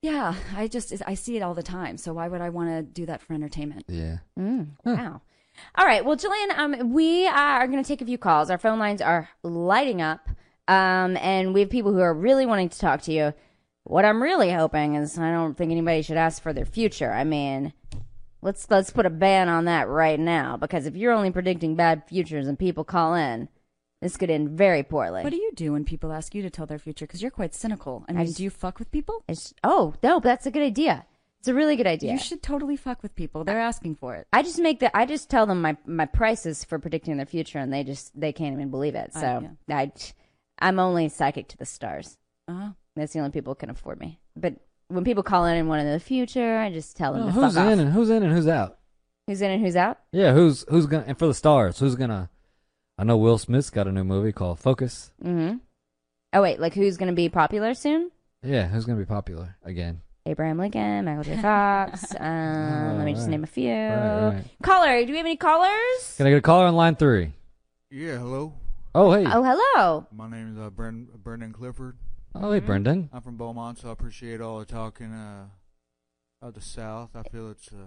Speaker 4: Yeah, I just I see it all the time. So why would I want to do that for entertainment?
Speaker 3: Yeah.
Speaker 2: Mm,
Speaker 3: Huh.
Speaker 2: Wow. All right. Well, Jillian, um, we are going to take a few calls. Our phone lines are lighting up, um, and we have people who are really wanting to talk to you. What I'm really hoping is I don't think anybody should ask for their future. I mean, let's let's put a ban on that right now because if you're only predicting bad futures and people call in, this could end very poorly.
Speaker 4: What do you do when people ask you to tell their future? Because you're quite cynical. I mean,
Speaker 2: just-
Speaker 4: do you fuck with people?
Speaker 2: It's- oh no, that's a good idea. It's a really good idea.
Speaker 4: You should totally fuck with people. They're asking for it.
Speaker 2: I just make the I just tell them my my prices for predicting their future, and they just they can't even believe it.
Speaker 4: I-
Speaker 2: So I, I'm only psychic to the stars.
Speaker 3: Uh-huh.
Speaker 4: Uh,
Speaker 2: That's the only people who can afford me. But when people call in and want to know the future, I just tell them
Speaker 3: Well,
Speaker 2: to
Speaker 3: Oh, who's
Speaker 2: fuck
Speaker 3: in
Speaker 2: off.
Speaker 3: and who's in and who's out?
Speaker 2: Who's in and who's out?
Speaker 3: Yeah, who's who's gonna and for the stars, who's gonna I know Will Smith's got a new movie called Focus.
Speaker 2: Mm-hmm. Oh wait, like who's going to be popular soon?
Speaker 3: Yeah, who's gonna be popular again?
Speaker 2: Abraham Lincoln, Michael J. Fox. Um, let me just
Speaker 3: right.
Speaker 2: name a few.
Speaker 3: Right, right.
Speaker 2: Caller, do we have any callers?
Speaker 3: Can I get a caller on line three?
Speaker 7: Yeah, hello.
Speaker 3: Oh hey.
Speaker 2: Oh, hello.
Speaker 7: My name is uh, Bren- Brendan Clifford.
Speaker 3: Oh hey Brendan.
Speaker 7: I'm from Beaumont, so I appreciate all the talking uh, of the South. I feel it's a
Speaker 2: Do-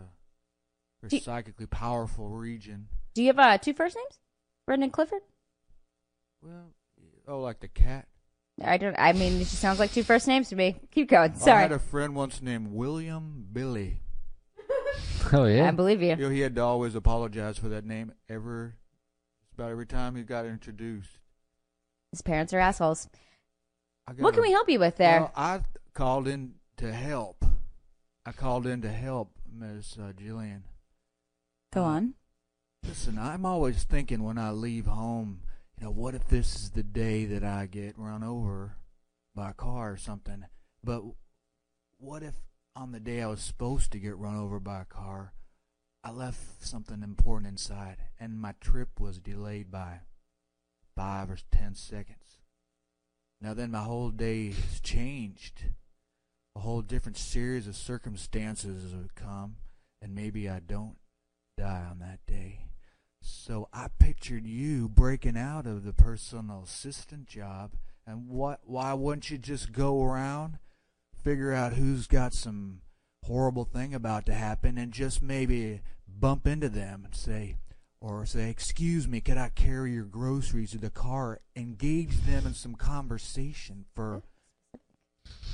Speaker 7: very psychically powerful region.
Speaker 2: Do you have uh, two first names? Brendan Clifford.
Speaker 7: Well, oh, like the cat.
Speaker 2: I don't. I mean, it just sounds like two first names to me. Keep going.
Speaker 7: Well, I
Speaker 2: Sorry.
Speaker 7: had a friend once named William Billy.
Speaker 3: Oh
Speaker 2: I
Speaker 3: yeah.
Speaker 2: believe you.
Speaker 7: You know, he had to always apologize for that name ever, about every time he got introduced.
Speaker 2: His parents are assholes.
Speaker 7: I
Speaker 2: What
Speaker 7: got
Speaker 2: can
Speaker 7: a-
Speaker 2: we help you with there?
Speaker 7: Well, I called in to help. I called in to help Miss uh, Jillian.
Speaker 4: go
Speaker 7: Uh,
Speaker 4: on.
Speaker 7: Listen, I'm always thinking when I leave home, you know, what if this is the day that I get run over by a car or something? But what if on the day I was supposed to get run over by a car, I left something important inside and my trip was delayed by five or ten seconds? Now then, my whole day has changed. A whole different series of circumstances have come, and maybe I don't die on that day. So I pictured you breaking out of the personal assistant job, and what? Why wouldn't you just go around, figure out who's got some horrible thing about to happen, and just maybe bump into them and say, or say, "Excuse me, could I carry your groceries to the car?" Engage them in some conversation for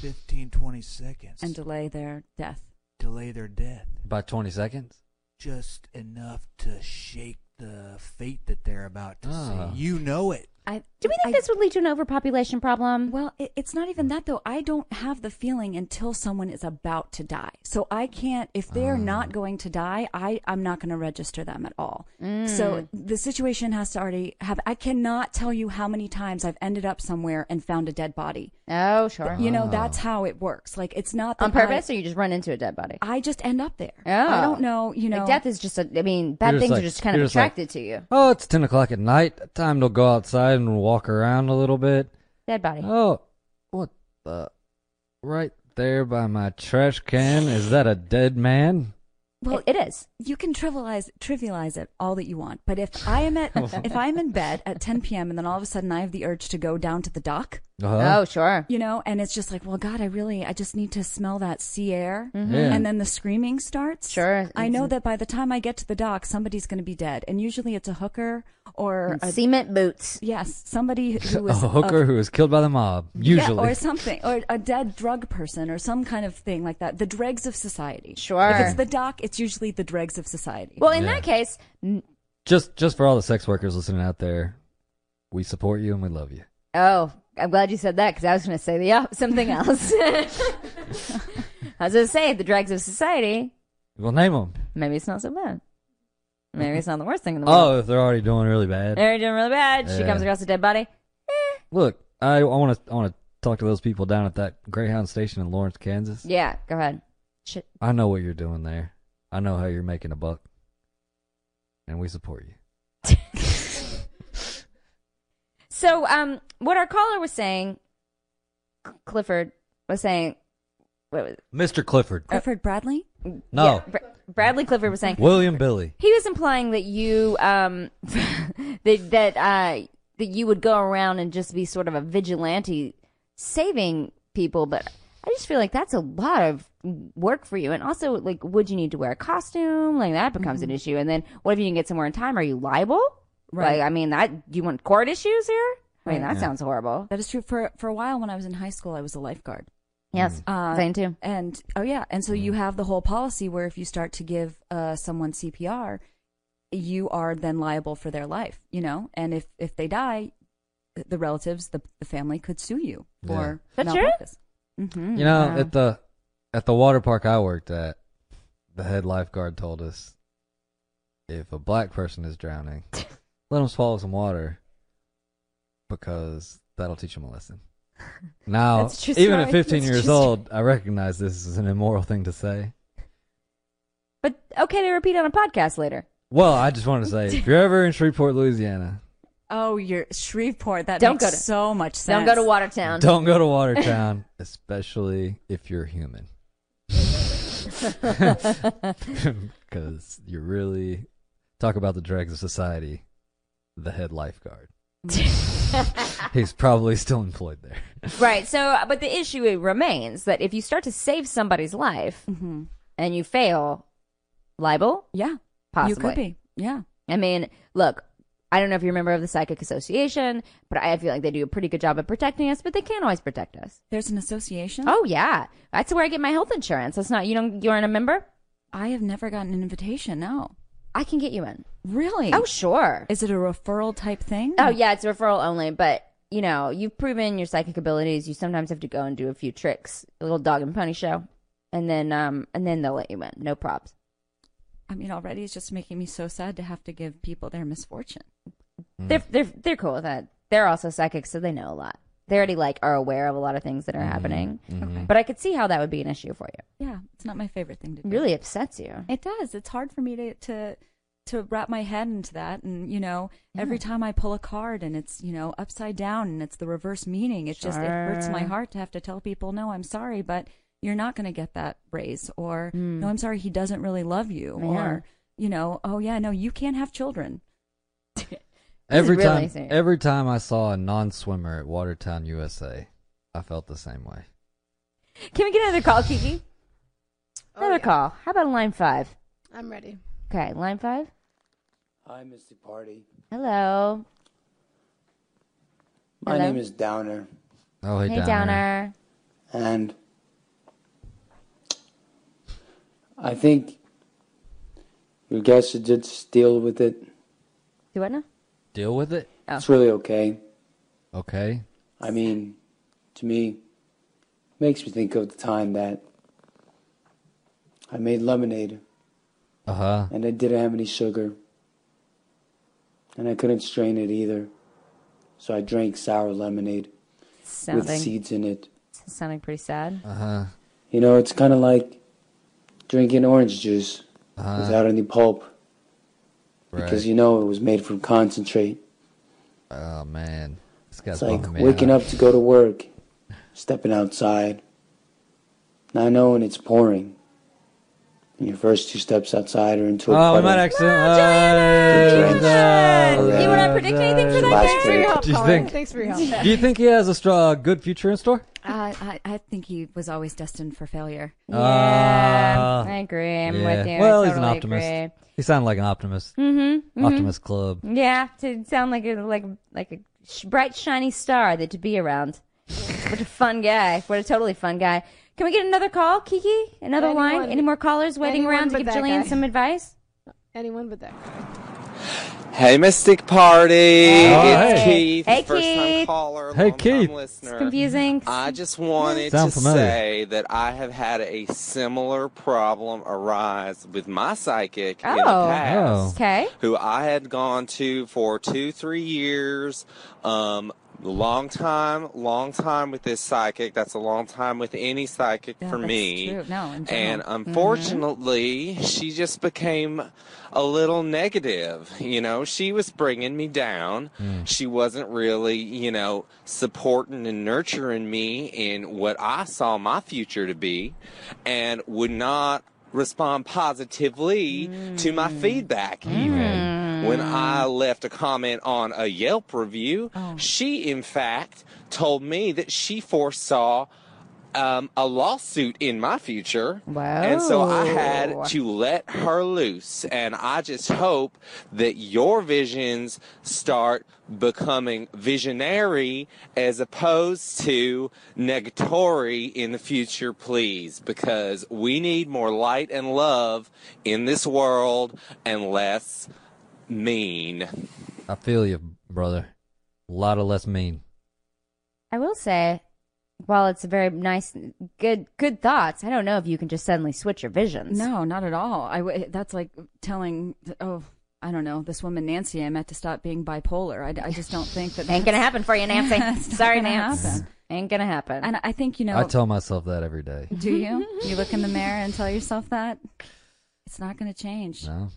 Speaker 7: 15, 20 seconds,
Speaker 4: And delay their death.
Speaker 7: delay their death
Speaker 3: By twenty seconds?
Speaker 7: just enough to shake the fate that they're about to
Speaker 3: Ah.
Speaker 7: see. You know it.
Speaker 4: I
Speaker 2: Do we think
Speaker 4: I-
Speaker 2: this would lead to an overpopulation problem?
Speaker 4: Well, it, it's not even that though. I don't have the feeling until someone is about to die. So I can't. If they're
Speaker 3: Ah.
Speaker 4: not going to die, I I'm not going to register them at all.
Speaker 2: Mm.
Speaker 4: So the situation has to already have. I cannot tell you how many times I've ended up somewhere and found a dead body.
Speaker 2: Oh, sure.
Speaker 4: You know,
Speaker 3: Ah.
Speaker 4: that's how it works. Like it's not that
Speaker 2: On purpose,
Speaker 4: I,
Speaker 2: or you just run into a dead body?
Speaker 4: I just end up there.
Speaker 2: Oh.
Speaker 4: I don't know. You know,
Speaker 2: like death is just. A, I mean, bad
Speaker 3: You're just
Speaker 2: things
Speaker 3: like-
Speaker 2: are just kind of
Speaker 3: you're just like-
Speaker 2: attracted to you.
Speaker 3: Oh, it's ten o'clock at night. Time to go outside and walk around a little bit.
Speaker 2: Dead body.
Speaker 3: Oh, what the? Right there by my trash can. Is that a dead man?
Speaker 4: Well,
Speaker 2: It- it is.
Speaker 4: you can trivialize trivialize it all that you want, but if I am at if I am in bed at 10 p.m. and then all of a sudden I have the urge to go down to the dock,
Speaker 3: Uh-huh.
Speaker 2: Oh, sure.
Speaker 4: you know, and it's just like, well, God, I really I just need to smell that sea air,
Speaker 3: Yeah.
Speaker 4: and then the screaming starts.
Speaker 2: Mm-hmm. Sure.
Speaker 4: I know that by the time I get to the dock, somebody's going to be dead, and usually it's a hooker or a,
Speaker 2: Cement boots.
Speaker 4: yes, somebody who
Speaker 3: a
Speaker 4: was
Speaker 3: hooker
Speaker 4: of-
Speaker 3: who was killed by the mob. Usually,
Speaker 4: Yeah, or something, or a dead drug person, or some kind of thing like that. The dregs of society.
Speaker 2: Sure.
Speaker 4: If it's the doc, it's usually the dregs of society.
Speaker 2: Well, in
Speaker 3: Yeah.
Speaker 2: that case, n-
Speaker 3: just just for all the sex workers listening out there, we support you and we love you.
Speaker 2: oh, I'm glad you said that because I was going to say yeah something else. I was going to say the dregs of society.
Speaker 3: Well, name them.
Speaker 2: Maybe it's not so bad. Maybe it's not the worst thing in the world.
Speaker 3: Oh, if they're already doing really bad.
Speaker 2: They're doing really bad. She
Speaker 3: Yeah.
Speaker 2: comes across a dead body.
Speaker 3: Look, I want to I want to talk to those people down at that Greyhound station in Lawrence, Kansas.
Speaker 2: Yeah, go ahead. Shit.
Speaker 3: I know what you're doing there. I know how you're making a buck, and we support you.
Speaker 2: So, um, what our caller was saying, C- Clifford was saying, what was
Speaker 3: Mr. Clifford.
Speaker 4: Clifford Bradley.
Speaker 3: Uh, No.
Speaker 2: yeah, Br- Bradley Clifford was saying
Speaker 3: William Billy.
Speaker 2: he was implying that you, um, that that uh, that you would go around and just be sort of a vigilante saving people, but. I just feel like that's a lot of work for you, and also like, would you need to wear a costume? Like that becomes
Speaker 3: Mm-hmm.
Speaker 2: an issue, and then what if you didn't get somewhere in time? Are you liable?
Speaker 4: Right.
Speaker 2: Like, I mean, that you want court issues here? I mean,
Speaker 4: Right.
Speaker 2: that sounds horrible.
Speaker 4: That is true. For for a while, when I was in high school, I was a lifeguard.
Speaker 2: Yes,
Speaker 4: Uh,
Speaker 2: same too.
Speaker 4: And oh yeah, and so you have the whole policy where if you start to give uh, someone CPR, you are then liable for their life. You know, and if if they die, the relatives, the the family could sue you
Speaker 3: Yeah.
Speaker 4: for
Speaker 2: That's true?
Speaker 4: malpractice. Mm-hmm.
Speaker 3: You know,
Speaker 2: Wow.
Speaker 3: at the at the water park I worked at, the head lifeguard told us if a black person is drowning, let them swallow some water because that'll teach them a lesson. Now,
Speaker 4: That's a true
Speaker 3: even at
Speaker 4: story.
Speaker 3: 15
Speaker 4: That's a
Speaker 3: years
Speaker 4: true story.
Speaker 3: old, I recognize this is an immoral thing to say.
Speaker 2: But okay to repeat on a podcast later.
Speaker 3: Well, I just wanted to say, if you're ever in Shreveport, Louisiana,
Speaker 4: Oh, you're Shreveport. That
Speaker 2: Don't
Speaker 4: makes
Speaker 2: go to-
Speaker 4: so much sense.
Speaker 2: Don't go to Watertown.
Speaker 3: don't go to Watertown, especially if you're human. Because you really talk about the dregs of society, the head lifeguard. He's probably still employed there.
Speaker 2: right. So, but the issue remains that if you start to save somebody's life
Speaker 4: hmm
Speaker 2: and you fail, libel
Speaker 4: Yeah,
Speaker 2: possibly.
Speaker 4: you could be. Yeah,
Speaker 2: I mean, look, I don't know if you're a member of the Psychic Association, but I feel like they do a pretty good job of protecting us. But they can't always protect us.
Speaker 4: there's an association.
Speaker 2: Oh yeah, that's where I get my health insurance. That's not you don't you aren't a member.
Speaker 4: I have never gotten an invitation. No,
Speaker 2: I can get you in.
Speaker 4: really.
Speaker 2: Oh sure.
Speaker 4: is it a referral type thing?
Speaker 2: Oh yeah, it's referral only, but you know, you've proven your psychic abilities. You sometimes have to go and do a few tricks, a little dog and pony show, and then um and then they'll let you in. No props.
Speaker 4: I mean, already it's just making me so sad to have to give people their misfortune.
Speaker 2: They're they're they're cool with that. They're also psychics, so they know a lot. They already like are aware of a lot of things that are happening.
Speaker 4: Okay.
Speaker 2: But I could see how that would be an issue for you.
Speaker 4: Yeah, it's not my favorite thing to do.
Speaker 2: It really upsets you.
Speaker 4: It does. It's hard for me to to to wrap my head into that and you know, every time I pull a card and it's, you know, upside down and it's the reverse meaning, it just it hurts my
Speaker 2: Sure.
Speaker 4: heart to have to tell people, "No, I'm sorry, but you're not going to get that raise," or "No, I'm sorry, he doesn't really love you,"
Speaker 2: Yeah.
Speaker 4: or you know, "Oh yeah, no, you can't have children."
Speaker 2: This is
Speaker 3: Every
Speaker 2: really
Speaker 3: time,
Speaker 2: serious.
Speaker 3: every time I saw a non-swimmer at Watertown, USA, I felt the same way.
Speaker 2: Can we get another call, Kiki?
Speaker 5: Oh,
Speaker 2: Another
Speaker 5: yeah.
Speaker 2: call. How about line five?
Speaker 5: I'm ready.
Speaker 2: Okay, line five.
Speaker 8: Hi, Mr. Party.
Speaker 2: Hello.
Speaker 8: My
Speaker 2: Hello?
Speaker 8: name is Downer,
Speaker 3: Oh, hey,
Speaker 2: Hey, Downer.
Speaker 8: and I think you guys should just deal with it.
Speaker 2: Do what now?
Speaker 3: Deal with it.
Speaker 2: Oh.
Speaker 8: It's really okay.
Speaker 3: Okay.
Speaker 8: I mean, to me, makes me think of the time that I made lemonade
Speaker 3: Uh huh.
Speaker 8: and I didn't have any sugar, and I couldn't strain it either, so I drank sour lemonade with
Speaker 2: Sounding
Speaker 8: seeds in it.
Speaker 2: sounding pretty sad.
Speaker 3: Uh huh.
Speaker 8: You know, it's kind of like drinking orange juice
Speaker 3: Uh-huh.
Speaker 8: without any pulp
Speaker 3: Right.
Speaker 8: because you know it was made from concentrate.
Speaker 3: oh man, this
Speaker 8: It's
Speaker 3: guy's
Speaker 8: like
Speaker 3: bumming me
Speaker 8: waking
Speaker 3: out.
Speaker 8: up to go to work, stepping outside, not knowing it's pouring. And your first two steps outside are into a
Speaker 3: Oh, we
Speaker 8: puddle.
Speaker 3: might uh, accidentally.
Speaker 8: Juliana!
Speaker 2: You would not predict anything for that
Speaker 8: Last
Speaker 2: game?
Speaker 5: Thanks for your
Speaker 8: Great.
Speaker 5: help,
Speaker 3: Do you
Speaker 5: caller.
Speaker 3: think-
Speaker 5: Thanks for your help.
Speaker 3: Do you think he has a straw, a good future in store?
Speaker 4: Uh, I I think he was always destined for failure.
Speaker 2: Yeah,
Speaker 3: Uh,
Speaker 2: I agree. I'm
Speaker 3: Yeah.
Speaker 2: with you.
Speaker 3: Well,
Speaker 2: I
Speaker 3: he's an
Speaker 2: totally
Speaker 3: optimist.
Speaker 2: Agree.
Speaker 3: He sounded like an optimist.
Speaker 2: Mm-hmm.
Speaker 3: Optimus Club.
Speaker 2: Yeah, to sound like a like like a sh- bright shiny star that to be around. what a fun guy! What a totally fun guy! Can we get another call, Kiki? Another line?
Speaker 5: Anyone.
Speaker 2: Any more callers waiting
Speaker 5: Anyone
Speaker 2: around to
Speaker 5: but
Speaker 2: give
Speaker 5: that
Speaker 2: Jillian
Speaker 5: guy.
Speaker 2: some advice?
Speaker 5: Anyone but that guy.
Speaker 9: Hey, Mystic Party!
Speaker 3: Hey.
Speaker 9: It's Keith,
Speaker 2: Oh, Hey,
Speaker 9: first
Speaker 2: Keith.
Speaker 9: time caller,
Speaker 3: Hey,
Speaker 9: long time
Speaker 2: It's
Speaker 3: Keith.
Speaker 9: listener.
Speaker 2: confusing.
Speaker 9: I just wanted
Speaker 3: Sound
Speaker 9: to
Speaker 3: familiar.
Speaker 9: say that I have had a similar problem arise with my psychic in the
Speaker 2: Oh.
Speaker 9: past.
Speaker 2: Okay.
Speaker 9: who I had gone to for two, three years. Um, long time, long time with this psychic. That's a long time with any psychic
Speaker 4: Yeah,
Speaker 9: for
Speaker 4: that's
Speaker 9: me.
Speaker 4: true. No,
Speaker 9: and
Speaker 4: in general.
Speaker 9: unfortunately, she just became a little negative. You know, she was bringing me down. She wasn't really, you know, supporting and nurturing me in what I saw my future to be and would not respond positively to my feedback even when I left a comment on a Yelp review, she in fact told me that she foresaw um, a lawsuit in my future. And so I
Speaker 2: Wow.
Speaker 9: had to let her loose. And I just hope that your visions start becoming visionary as opposed to negatory in the future, please, because we need more light and love in this world and less mean.
Speaker 2: Mm-hmm.
Speaker 3: I feel you, brother. A lot of less mean.
Speaker 2: I will say, while it's a very nice, good, good thoughts, I don't know if you can just suddenly switch your visions.
Speaker 4: No, not at all. I w- that's like telling oh I don't know this woman Nancy I met to stop being bipolar. I, I just don't think that
Speaker 2: Ain't gonna happen for you, Nancy.
Speaker 4: Yeah, it's not
Speaker 2: Sorry,
Speaker 4: gonna
Speaker 2: Nancy.
Speaker 4: happen.
Speaker 2: Ain't gonna happen.
Speaker 4: And I think you know.
Speaker 3: I tell myself that every day.
Speaker 4: do you? You look in the mirror and tell yourself that it's not going to change.
Speaker 3: No.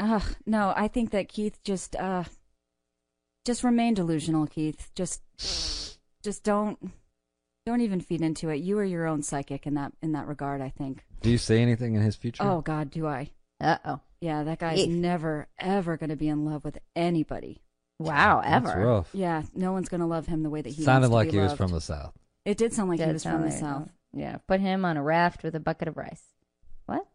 Speaker 4: Ugh, no, I think that Keith just uh just remain delusional, Keith. Just just don't don't even feed into it. You are your own psychic in that in that regard, I think.
Speaker 3: Do you see anything in his future?
Speaker 4: Oh god, do I?
Speaker 2: uh oh.
Speaker 4: Yeah, that guy's
Speaker 2: Eek.
Speaker 4: never ever going to be in love with anybody.
Speaker 2: Wow. Ever.
Speaker 3: That's rough.
Speaker 4: Yeah, no one's going to love him the way that he wants
Speaker 3: Sounded
Speaker 4: to
Speaker 3: like
Speaker 4: be
Speaker 3: he was
Speaker 4: loved.
Speaker 3: from the south.
Speaker 4: It did sound like he
Speaker 2: Does
Speaker 4: was
Speaker 2: sound
Speaker 4: from the
Speaker 2: like-
Speaker 4: south.
Speaker 2: Yeah. Put him on a raft with a bucket of rice. What?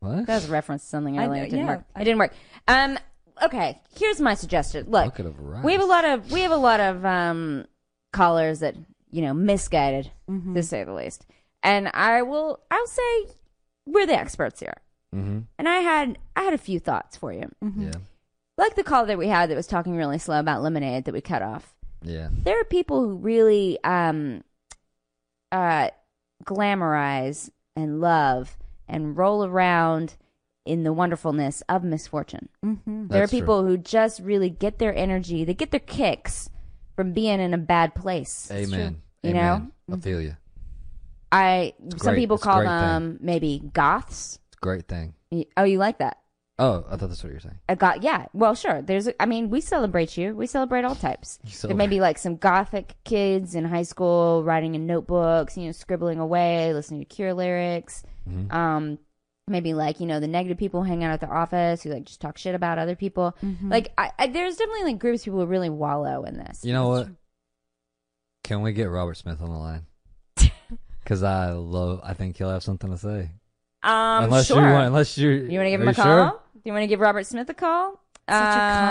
Speaker 3: What?
Speaker 2: That was a reference to something
Speaker 4: I
Speaker 2: earlier.
Speaker 4: know,
Speaker 2: It didn't
Speaker 4: yeah,
Speaker 2: work.
Speaker 4: I-
Speaker 2: It didn't work. Um. Okay. Here's my suggestion. Look,
Speaker 3: Bucket of rice.
Speaker 2: we have a lot of we have a lot of um callers that you know misguided
Speaker 4: Mm-hmm.
Speaker 2: to say the least, and I will I'll say we're the experts here.
Speaker 3: Mm-hmm.
Speaker 2: And I had I had a few thoughts for you,
Speaker 4: Mm.
Speaker 3: Yeah.
Speaker 2: like the call that we had that was talking really slow about lemonade that we cut off.
Speaker 3: Yeah.
Speaker 2: there are people who really um uh glamorize and love and roll around in the wonderfulness of misfortune.
Speaker 4: Mm-hmm.
Speaker 2: there are
Speaker 3: That's true.
Speaker 2: people who just really get their energy, they get their kicks from being in a bad place.
Speaker 3: Amen.
Speaker 2: You
Speaker 3: Amen. I feel you.
Speaker 2: I some
Speaker 3: great.
Speaker 2: people
Speaker 3: It's a
Speaker 2: call
Speaker 3: great
Speaker 2: them maybe goths.
Speaker 3: It's a great thing.
Speaker 2: Y- Oh, you like that?
Speaker 3: Oh, I thought that's what you were saying.
Speaker 2: A goth, yeah. Well, sure. There's, a- I mean, we celebrate you. We celebrate all types.
Speaker 3: You
Speaker 2: There may
Speaker 3: celebrate.
Speaker 2: be like some gothic kids in high school writing in notebooks, you know, scribbling away, listening to Cure lyrics.
Speaker 3: Mm-hmm.
Speaker 2: Um, maybe like you know the negative people hang out at their office who like just talk shit about other people.
Speaker 4: Mm-hmm.
Speaker 2: Like, I, I, there's definitely like groups of people who really wallow in this.
Speaker 3: You know what? Can we get Robert Smith on the line? Because I love. I think he'll have something to say.
Speaker 2: Um,
Speaker 3: unless
Speaker 2: sure.
Speaker 3: you want. Unless you.
Speaker 2: you want to give
Speaker 3: are
Speaker 2: him a call?
Speaker 3: Sure?
Speaker 2: Do you want to give Robert Smith a call?
Speaker 4: Such a
Speaker 2: Um,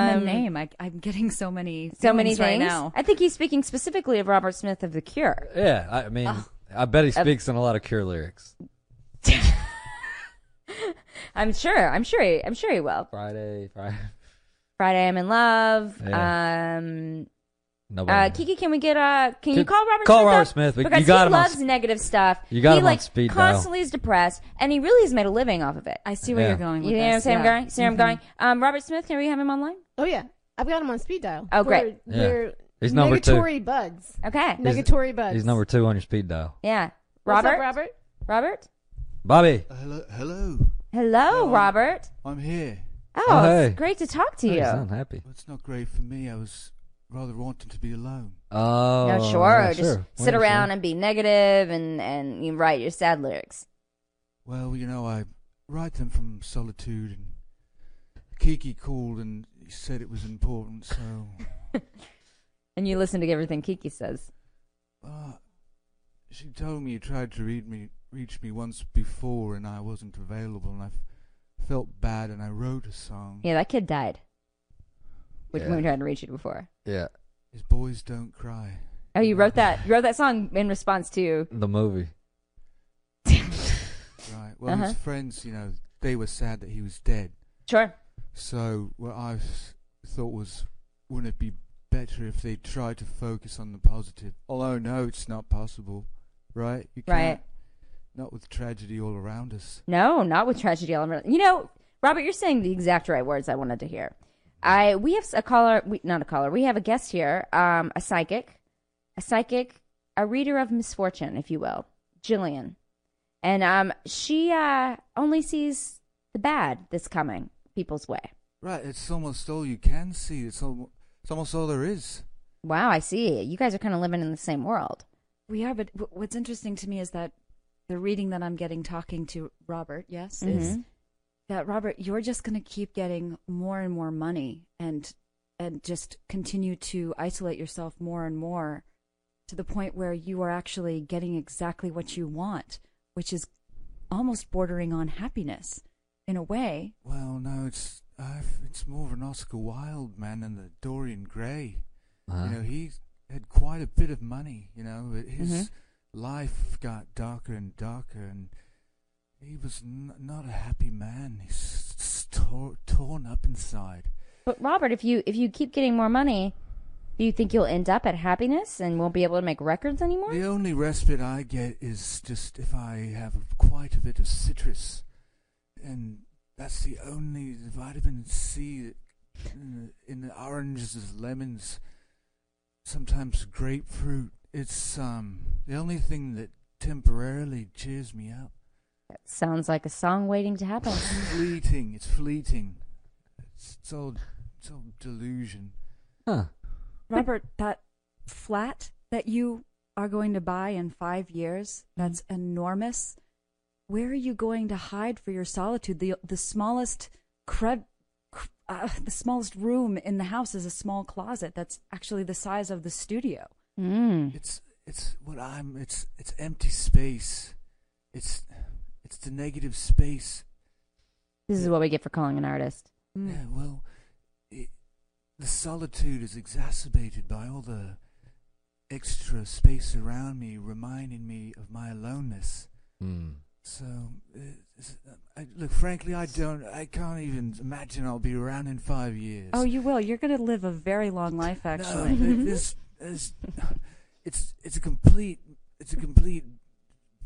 Speaker 4: common name. I, I'm getting so many
Speaker 2: So many
Speaker 4: feelings
Speaker 2: things.
Speaker 4: right now.
Speaker 2: I think he's speaking specifically of Robert Smith of The Cure.
Speaker 3: Yeah. I mean, I bet he speaks in a lot of Cure lyrics.
Speaker 2: I'm sure. I'm sure. He, I'm sure he will.
Speaker 3: Friday, Friday.
Speaker 2: Friday, I'm in love.
Speaker 3: Yeah.
Speaker 2: Um,
Speaker 3: Nobody.
Speaker 2: uh, Kiki, can we get uh Can you
Speaker 3: Could-
Speaker 2: call Robert?
Speaker 3: call
Speaker 2: Smith
Speaker 3: Robert
Speaker 2: up?
Speaker 3: Smith. We-
Speaker 2: because
Speaker 3: you got
Speaker 2: he
Speaker 3: him on
Speaker 2: loves
Speaker 3: sp-
Speaker 2: negative stuff.
Speaker 3: You got
Speaker 2: he,
Speaker 3: him on
Speaker 2: like,
Speaker 3: speed dial.
Speaker 2: Constantly is depressed, and he really has made a living off of it.
Speaker 4: I see where
Speaker 3: Yeah.
Speaker 4: you're going with
Speaker 2: You know what I'm
Speaker 4: this.
Speaker 2: saying? I'm
Speaker 4: Yeah.
Speaker 2: going. See where I'm
Speaker 4: Mhm.
Speaker 2: going. Um, Robert Smith, can we have him online?
Speaker 5: Oh yeah, I've got him on speed dial.
Speaker 2: Oh, great.
Speaker 5: We're,
Speaker 3: Yeah.
Speaker 5: we're
Speaker 3: He's number two.
Speaker 5: negatory bugs.
Speaker 2: Okay.
Speaker 3: He's-
Speaker 5: Negatory bugs.
Speaker 3: He's number two on your speed dial.
Speaker 2: Yeah.
Speaker 5: What's
Speaker 2: Robert.
Speaker 5: up, Robert.
Speaker 2: Robert?
Speaker 3: Bobby.
Speaker 7: Hello, hello.
Speaker 2: Hello,
Speaker 7: Hello.
Speaker 2: Robert.
Speaker 7: I'm here.
Speaker 2: Oh,
Speaker 3: Oh, hey.
Speaker 2: it's great to talk to
Speaker 3: Oh,
Speaker 2: you.
Speaker 3: he's unhappy.
Speaker 7: Well, it's not great for me. I was rather wanting to be alone.
Speaker 3: Oh.
Speaker 2: no, sure.
Speaker 3: yeah,
Speaker 2: Just sit
Speaker 3: Yeah,
Speaker 2: around
Speaker 3: sure.
Speaker 2: and be negative and and you write your sad lyrics.
Speaker 7: Well, you know, I write them from solitude, and Kiki called and said it was important, so
Speaker 2: And you listen to everything Kiki says.
Speaker 7: uh, she told me you tried to read me, reach me once before, and I wasn't available, and I f- felt bad, and I wrote a song.
Speaker 2: Yeah, that kid died. which
Speaker 3: Yeah.
Speaker 2: we tried to reach you before.
Speaker 3: Yeah,
Speaker 7: His boys don't cry.
Speaker 2: Oh, you wrote that. You wrote that song in response to.
Speaker 3: the movie.
Speaker 7: Right. Well,
Speaker 2: Uh-huh.
Speaker 7: his friends, you know, they were sad that he was dead.
Speaker 2: Sure.
Speaker 7: So what I s- thought was, wouldn't it be better if they tried to focus on the positive? Although no, it's not possible, right? You
Speaker 2: Right.
Speaker 7: can't- Not with tragedy all around us.
Speaker 2: No, not with tragedy element. You know, Robert, you're saying the exact right words I wanted to hear. I we have a caller, we, not a caller. We have a guest here, um, a psychic, a psychic, a reader of misfortune, if you will, Jillian, and um, she uh, only sees the bad that's coming people's way.
Speaker 7: Right. It's almost all you can see. It's almost, it's almost all there is.
Speaker 2: Wow, I see. You guys are kind of living in the same world.
Speaker 4: We are, but w- what's interesting to me is that the reading that I'm getting talking to Robert, yes, is
Speaker 2: Mhm.
Speaker 4: that Robert, you're just going to keep getting more and more money and and just continue to isolate yourself more and more to the point where you are actually getting exactly what you want, which is almost bordering on happiness in a way.
Speaker 7: Well, no, it's I've, it's more of an Oscar Wilde man and the Dorian Gray.
Speaker 3: Uh-huh.
Speaker 7: You know, he had quite a bit of money. You know, but his life got darker and darker, and he was n- not a happy man. He's s- tor- torn up inside.
Speaker 2: But Robert, if you if you keep getting more money, do you think you'll end up at happiness and won't be able to make records anymore?
Speaker 7: The only respite I get is just if I have quite a bit of citrus, and that's the only vitamin C that in the, in the oranges, lemons, sometimes grapefruit. It's um the only thing that temporarily cheers me up.
Speaker 2: That sounds like a song waiting to happen.
Speaker 7: fleeting. It's fleeting. It's, it's all it's all delusion.
Speaker 3: Huh.
Speaker 4: Robert, that flat that you are going to buy in five years, that's enormous. Where are you going to hide for your solitude? The the smallest cred, cr- uh, the smallest room in the house is a small closet that's actually the size of the studio.
Speaker 2: mm.
Speaker 7: It's it's what I'm. It's it's empty space. It's it's the negative space.
Speaker 2: This is what we get for calling an artist.
Speaker 7: Yeah, well, it, the solitude is exacerbated by all the extra space around me, reminding me of my aloneness.
Speaker 3: Hmm.
Speaker 7: So, uh, it's- I, look, frankly, I don't. I can't even imagine I'll be around in five years.
Speaker 4: Oh, you will. You're going to live a very long life, actually.
Speaker 7: No, th- this, this, it's it's a complete it's a complete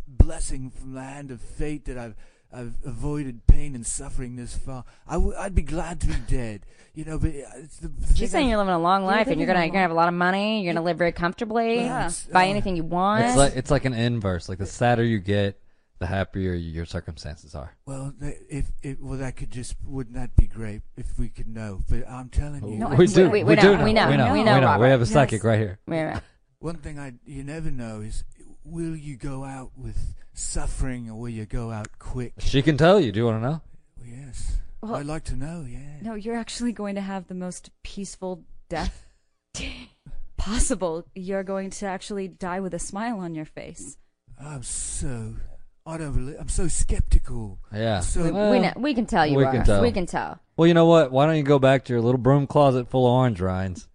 Speaker 7: blessing from the hand of fate that I've I've avoided pain and suffering this far. I w- I'd be glad to be dead, you know. But uh, it's the the thing
Speaker 2: She's saying
Speaker 7: I-
Speaker 2: you're living a long
Speaker 4: You're
Speaker 2: life and you're
Speaker 4: living a
Speaker 2: gonna you're gonna
Speaker 4: long-
Speaker 2: have a lot of money. You're gonna live very comfortably.
Speaker 7: Yeah, it's-
Speaker 2: Buy
Speaker 7: uh,
Speaker 2: anything you want.
Speaker 3: It's like it's like an inverse. Like the sadder you get, the happier your circumstances are.
Speaker 7: well, th- if if well, that could just wouldn't that be great if we could know? But I'm telling you,
Speaker 4: No, I-
Speaker 3: we
Speaker 4: we-
Speaker 3: do.
Speaker 4: we-
Speaker 3: We,
Speaker 4: we
Speaker 3: do.
Speaker 4: know,
Speaker 3: know.
Speaker 4: we know,
Speaker 3: We know.
Speaker 4: we
Speaker 3: We
Speaker 4: know,
Speaker 3: know. We
Speaker 2: Robert.
Speaker 3: have a
Speaker 4: Yes.
Speaker 3: psychic right here.
Speaker 2: Wait, wait.
Speaker 7: one thing I you never know is will you go out with suffering or will you go out quick?
Speaker 3: She can tell you. Do you want to know?
Speaker 7: Well, yes,
Speaker 4: Well-
Speaker 7: I'd like to know. Yeah.
Speaker 4: No, you're actually going to have the most peaceful death possible. You're going to actually die with a smile on your face.
Speaker 7: I'm so. I don't believe. I'm so skeptical.
Speaker 3: Yeah.
Speaker 7: So
Speaker 2: We,
Speaker 3: Well,
Speaker 2: we know, we can tell Oh, you
Speaker 3: we
Speaker 2: are.
Speaker 3: can tell.
Speaker 2: We can tell.
Speaker 3: Well, you know what? Why don't you go back to your little broom closet full of orange rinds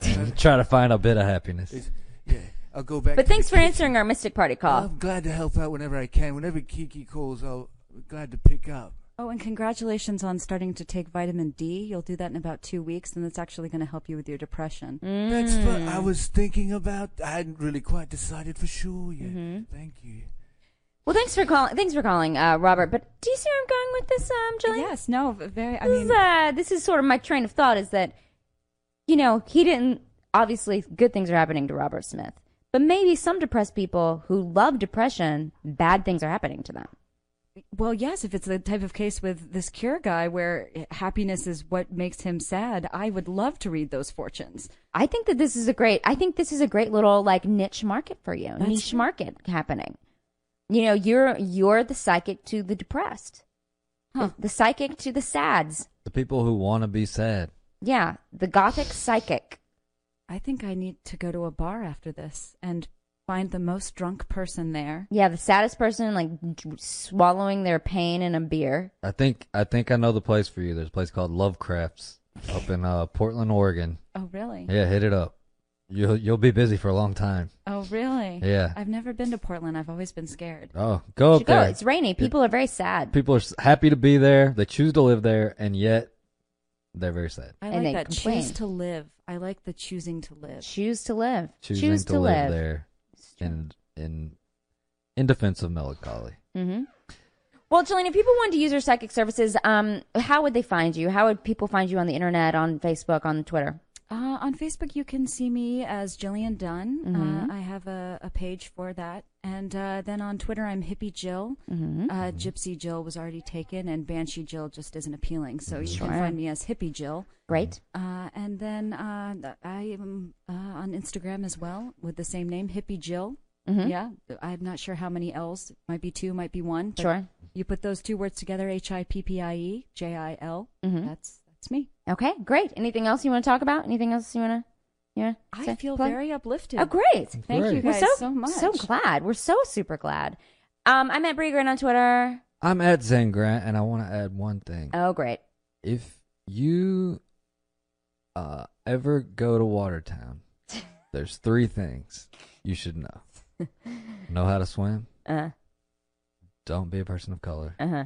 Speaker 3: and try to find a bit of happiness?
Speaker 7: it's- yeah, I'll go back.
Speaker 2: But
Speaker 7: to the
Speaker 2: thanks for
Speaker 7: kitchen.
Speaker 2: answering our Mystic Party call.
Speaker 7: I'm glad to help out whenever I can. Whenever Kiki calls, I'll I'm glad to pick up.
Speaker 4: Oh, and congratulations on starting to take vitamin D. You'll do that in about two weeks, and that's actually going to help you with your depression.
Speaker 7: That's what
Speaker 4: Mm.
Speaker 7: I was thinking about. I hadn't really quite decided for sure yet. Thank you.
Speaker 2: Well, thanks for calling. Thanks for calling, uh, Robert. But do you see where I'm going with this, um, Jillian?
Speaker 4: Yes, no, v- very. I
Speaker 2: this is
Speaker 4: mean,
Speaker 2: uh, this is sort of my train of thought is that you know he didn't obviously good things are happening to Robert Smith, but maybe some depressed people who love depression, bad things are happening to them.
Speaker 4: well, yes, if it's the type of case with this cure guy where happiness is what makes him sad, I would love to read those fortunes.
Speaker 2: I think that this is a great. I think this is a great little like niche market for you,
Speaker 4: That's
Speaker 2: niche
Speaker 4: true.
Speaker 2: market happening. You know, you're you're the psychic to the depressed,
Speaker 4: Huh.
Speaker 2: the, the psychic to the sads.
Speaker 3: The people who want to be sad.
Speaker 2: Yeah, the gothic psychic.
Speaker 4: I think I need to go to a bar after this and find the most drunk person there.
Speaker 2: Yeah, the saddest person like d- swallowing their pain in a beer.
Speaker 3: I think I think I know the place for you. There's a place called Lovecrafts up in uh, Portland, Oregon.
Speaker 4: Oh, really?
Speaker 3: Yeah, hit it up. You'll you'll be busy for a long time.
Speaker 4: Oh, really?
Speaker 3: Yeah.
Speaker 4: I've never been to Portland. I've always been scared.
Speaker 3: Oh, go
Speaker 2: You
Speaker 3: up
Speaker 2: should go.
Speaker 3: there.
Speaker 2: It's rainy. People are very sad.
Speaker 3: People are s- happy to be there. They choose to live there, and yet they're very sad.
Speaker 4: I
Speaker 2: And
Speaker 4: like
Speaker 2: they
Speaker 4: that choose
Speaker 2: complain.
Speaker 4: to live. I like the choosing to live.
Speaker 2: Choose to live.
Speaker 3: Choosing
Speaker 2: Choose
Speaker 3: to, live, there in in in defense of melancholy.
Speaker 2: Mm-hmm. Well, Jillian, if people wanted to use your psychic services, um, how would they find you? How would people find you on the internet, on Facebook, on Twitter?
Speaker 4: Uh, on Facebook, you can see me as Jillian Dunn.
Speaker 2: Mhm.
Speaker 4: Uh, I have a, a page for that. And uh, then on Twitter, I'm Hippie Jill.
Speaker 2: Mm-hmm.
Speaker 4: Uh, Gypsy Jill was already taken, and Banshee Jill just isn't appealing. So you
Speaker 2: Sure.
Speaker 4: can find me as Hippie Jill.
Speaker 2: Great.
Speaker 4: Uh, and then uh, th- I am uh, on Instagram as well with the same name, Hippie Jill.
Speaker 2: Mm-hmm.
Speaker 4: Yeah, I'm not sure how many L's. Might be two, might be one. but
Speaker 2: Sure.
Speaker 4: You put those two words together, H I P P I E J I L.
Speaker 2: Mhm.
Speaker 4: That's that's me.
Speaker 2: Okay. Great. Anything else you want to talk about? Anything else you want to? Yeah.
Speaker 4: I feel very uplifted.
Speaker 2: Oh, great.
Speaker 4: Thank you
Speaker 3: Great.
Speaker 2: We're
Speaker 4: guys
Speaker 2: so,
Speaker 4: so much.
Speaker 2: So glad. We're so super glad. Um, I'm at Breegren on Twitter.
Speaker 3: I'm at Zen Grant, and I want to add one thing.
Speaker 2: Oh, great.
Speaker 3: if you uh, ever go to Watertown, there's three things you should know: know how to swim,
Speaker 2: Uh
Speaker 3: don't be a person of color,
Speaker 2: huh.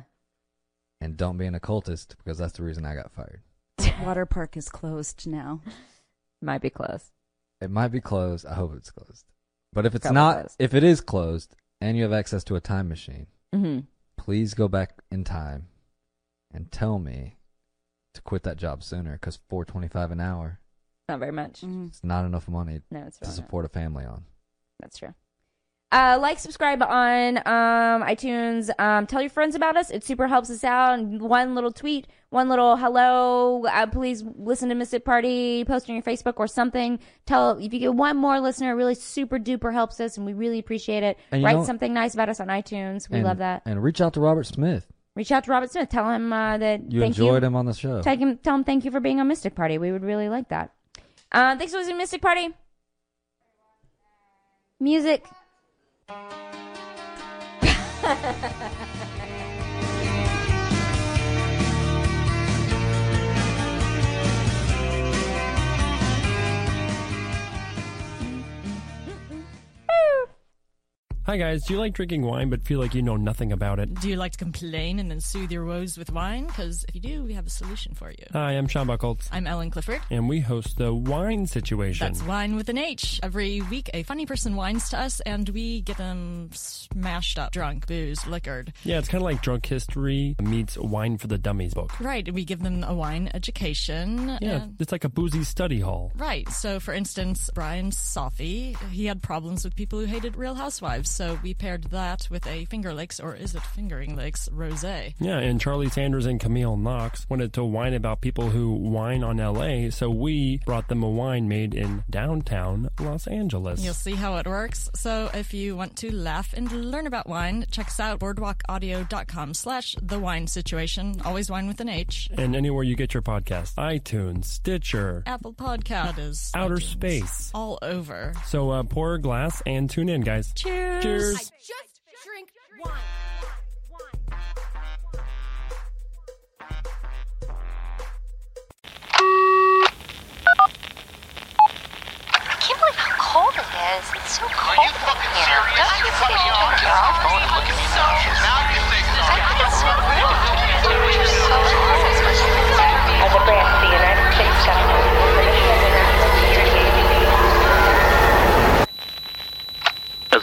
Speaker 3: and don't be an occultist because that's the reason I got fired.
Speaker 4: Water park is closed now.
Speaker 2: Might be close.
Speaker 3: It might be closed. I hope it's closed. But if it's
Speaker 2: Probably
Speaker 3: not,
Speaker 2: closed.
Speaker 3: if it is closed, and you have access to a time machine,
Speaker 2: Mm-hmm.
Speaker 3: please go back in time and tell me to quit that job sooner because 425 an hour
Speaker 2: Not very much.
Speaker 4: Mm.
Speaker 3: is not enough money
Speaker 2: No, it's
Speaker 3: to
Speaker 2: really not.
Speaker 3: support a family on.
Speaker 2: That's true. Uh, like, subscribe on um, iTunes. Um, tell your friends about us. It super helps us out. And one little tweet, one little hello. Uh, please listen to Miss It Party. Post on your Facebook or something. Tell if you get one more listener, it really super duper helps us, and we really appreciate it.
Speaker 3: And you
Speaker 2: Write
Speaker 3: know-
Speaker 2: something nice about us on iTunes. We
Speaker 3: And-
Speaker 2: love that.
Speaker 3: And reach out to Robert Smith.
Speaker 2: Reach out to Robert Smith. Tell him uh, that
Speaker 3: You
Speaker 2: thank
Speaker 3: enjoyed
Speaker 2: you.
Speaker 3: him on the show.
Speaker 2: Tell him, tell him thank you for being on Mystic Party. We would really like that. Uh, thanks for listening to Mystic Party. Music.
Speaker 10: Hi guys, do you like drinking wine but feel like you know nothing about it?
Speaker 11: Do you like to complain and then soothe your woes with wine? Because if you do, we have a solution for you.
Speaker 10: Hi, I'm Sean Buckholtz,
Speaker 11: I'm Ellen Clifford.
Speaker 10: and we host the Wine Situation.
Speaker 11: That's Wine with an H. Every week, a funny person wines to us, and we get them smashed up, drunk, boozed, liquored.
Speaker 10: yeah, it's kind of like Drunk History meets Wine for the Dummies book.
Speaker 11: Right, we give them a wine education.
Speaker 10: Yeah,
Speaker 11: and-
Speaker 10: it's like a boozy study hall.
Speaker 11: Right. So, for instance, Brian Safi, he had problems with people who hated Real Housewives. So we paired that with a Finger Lakes, or is it Fingering Lakes, rosé.
Speaker 10: Yeah, and Charlie Sanders and Camille Knox wanted to whine about people who whine on LA, so we brought them a wine made in downtown Los Angeles.
Speaker 11: You'll see how it works. So if you want to laugh and learn about wine, check us out boardwalkaudio.com slash the wine situation. Always wine with an H.
Speaker 10: And anywhere you get your podcast, iTunes, Stitcher.
Speaker 11: Apple Podcast is
Speaker 10: Outer
Speaker 11: iTunes.
Speaker 10: space.
Speaker 11: All over.
Speaker 10: So uh, pour a glass and tune in, guys.
Speaker 11: Cheers.
Speaker 10: Cheers.
Speaker 6: Just drink wine. I can't believe how cold it is. It's so cold in here. Don't you think you're girl? As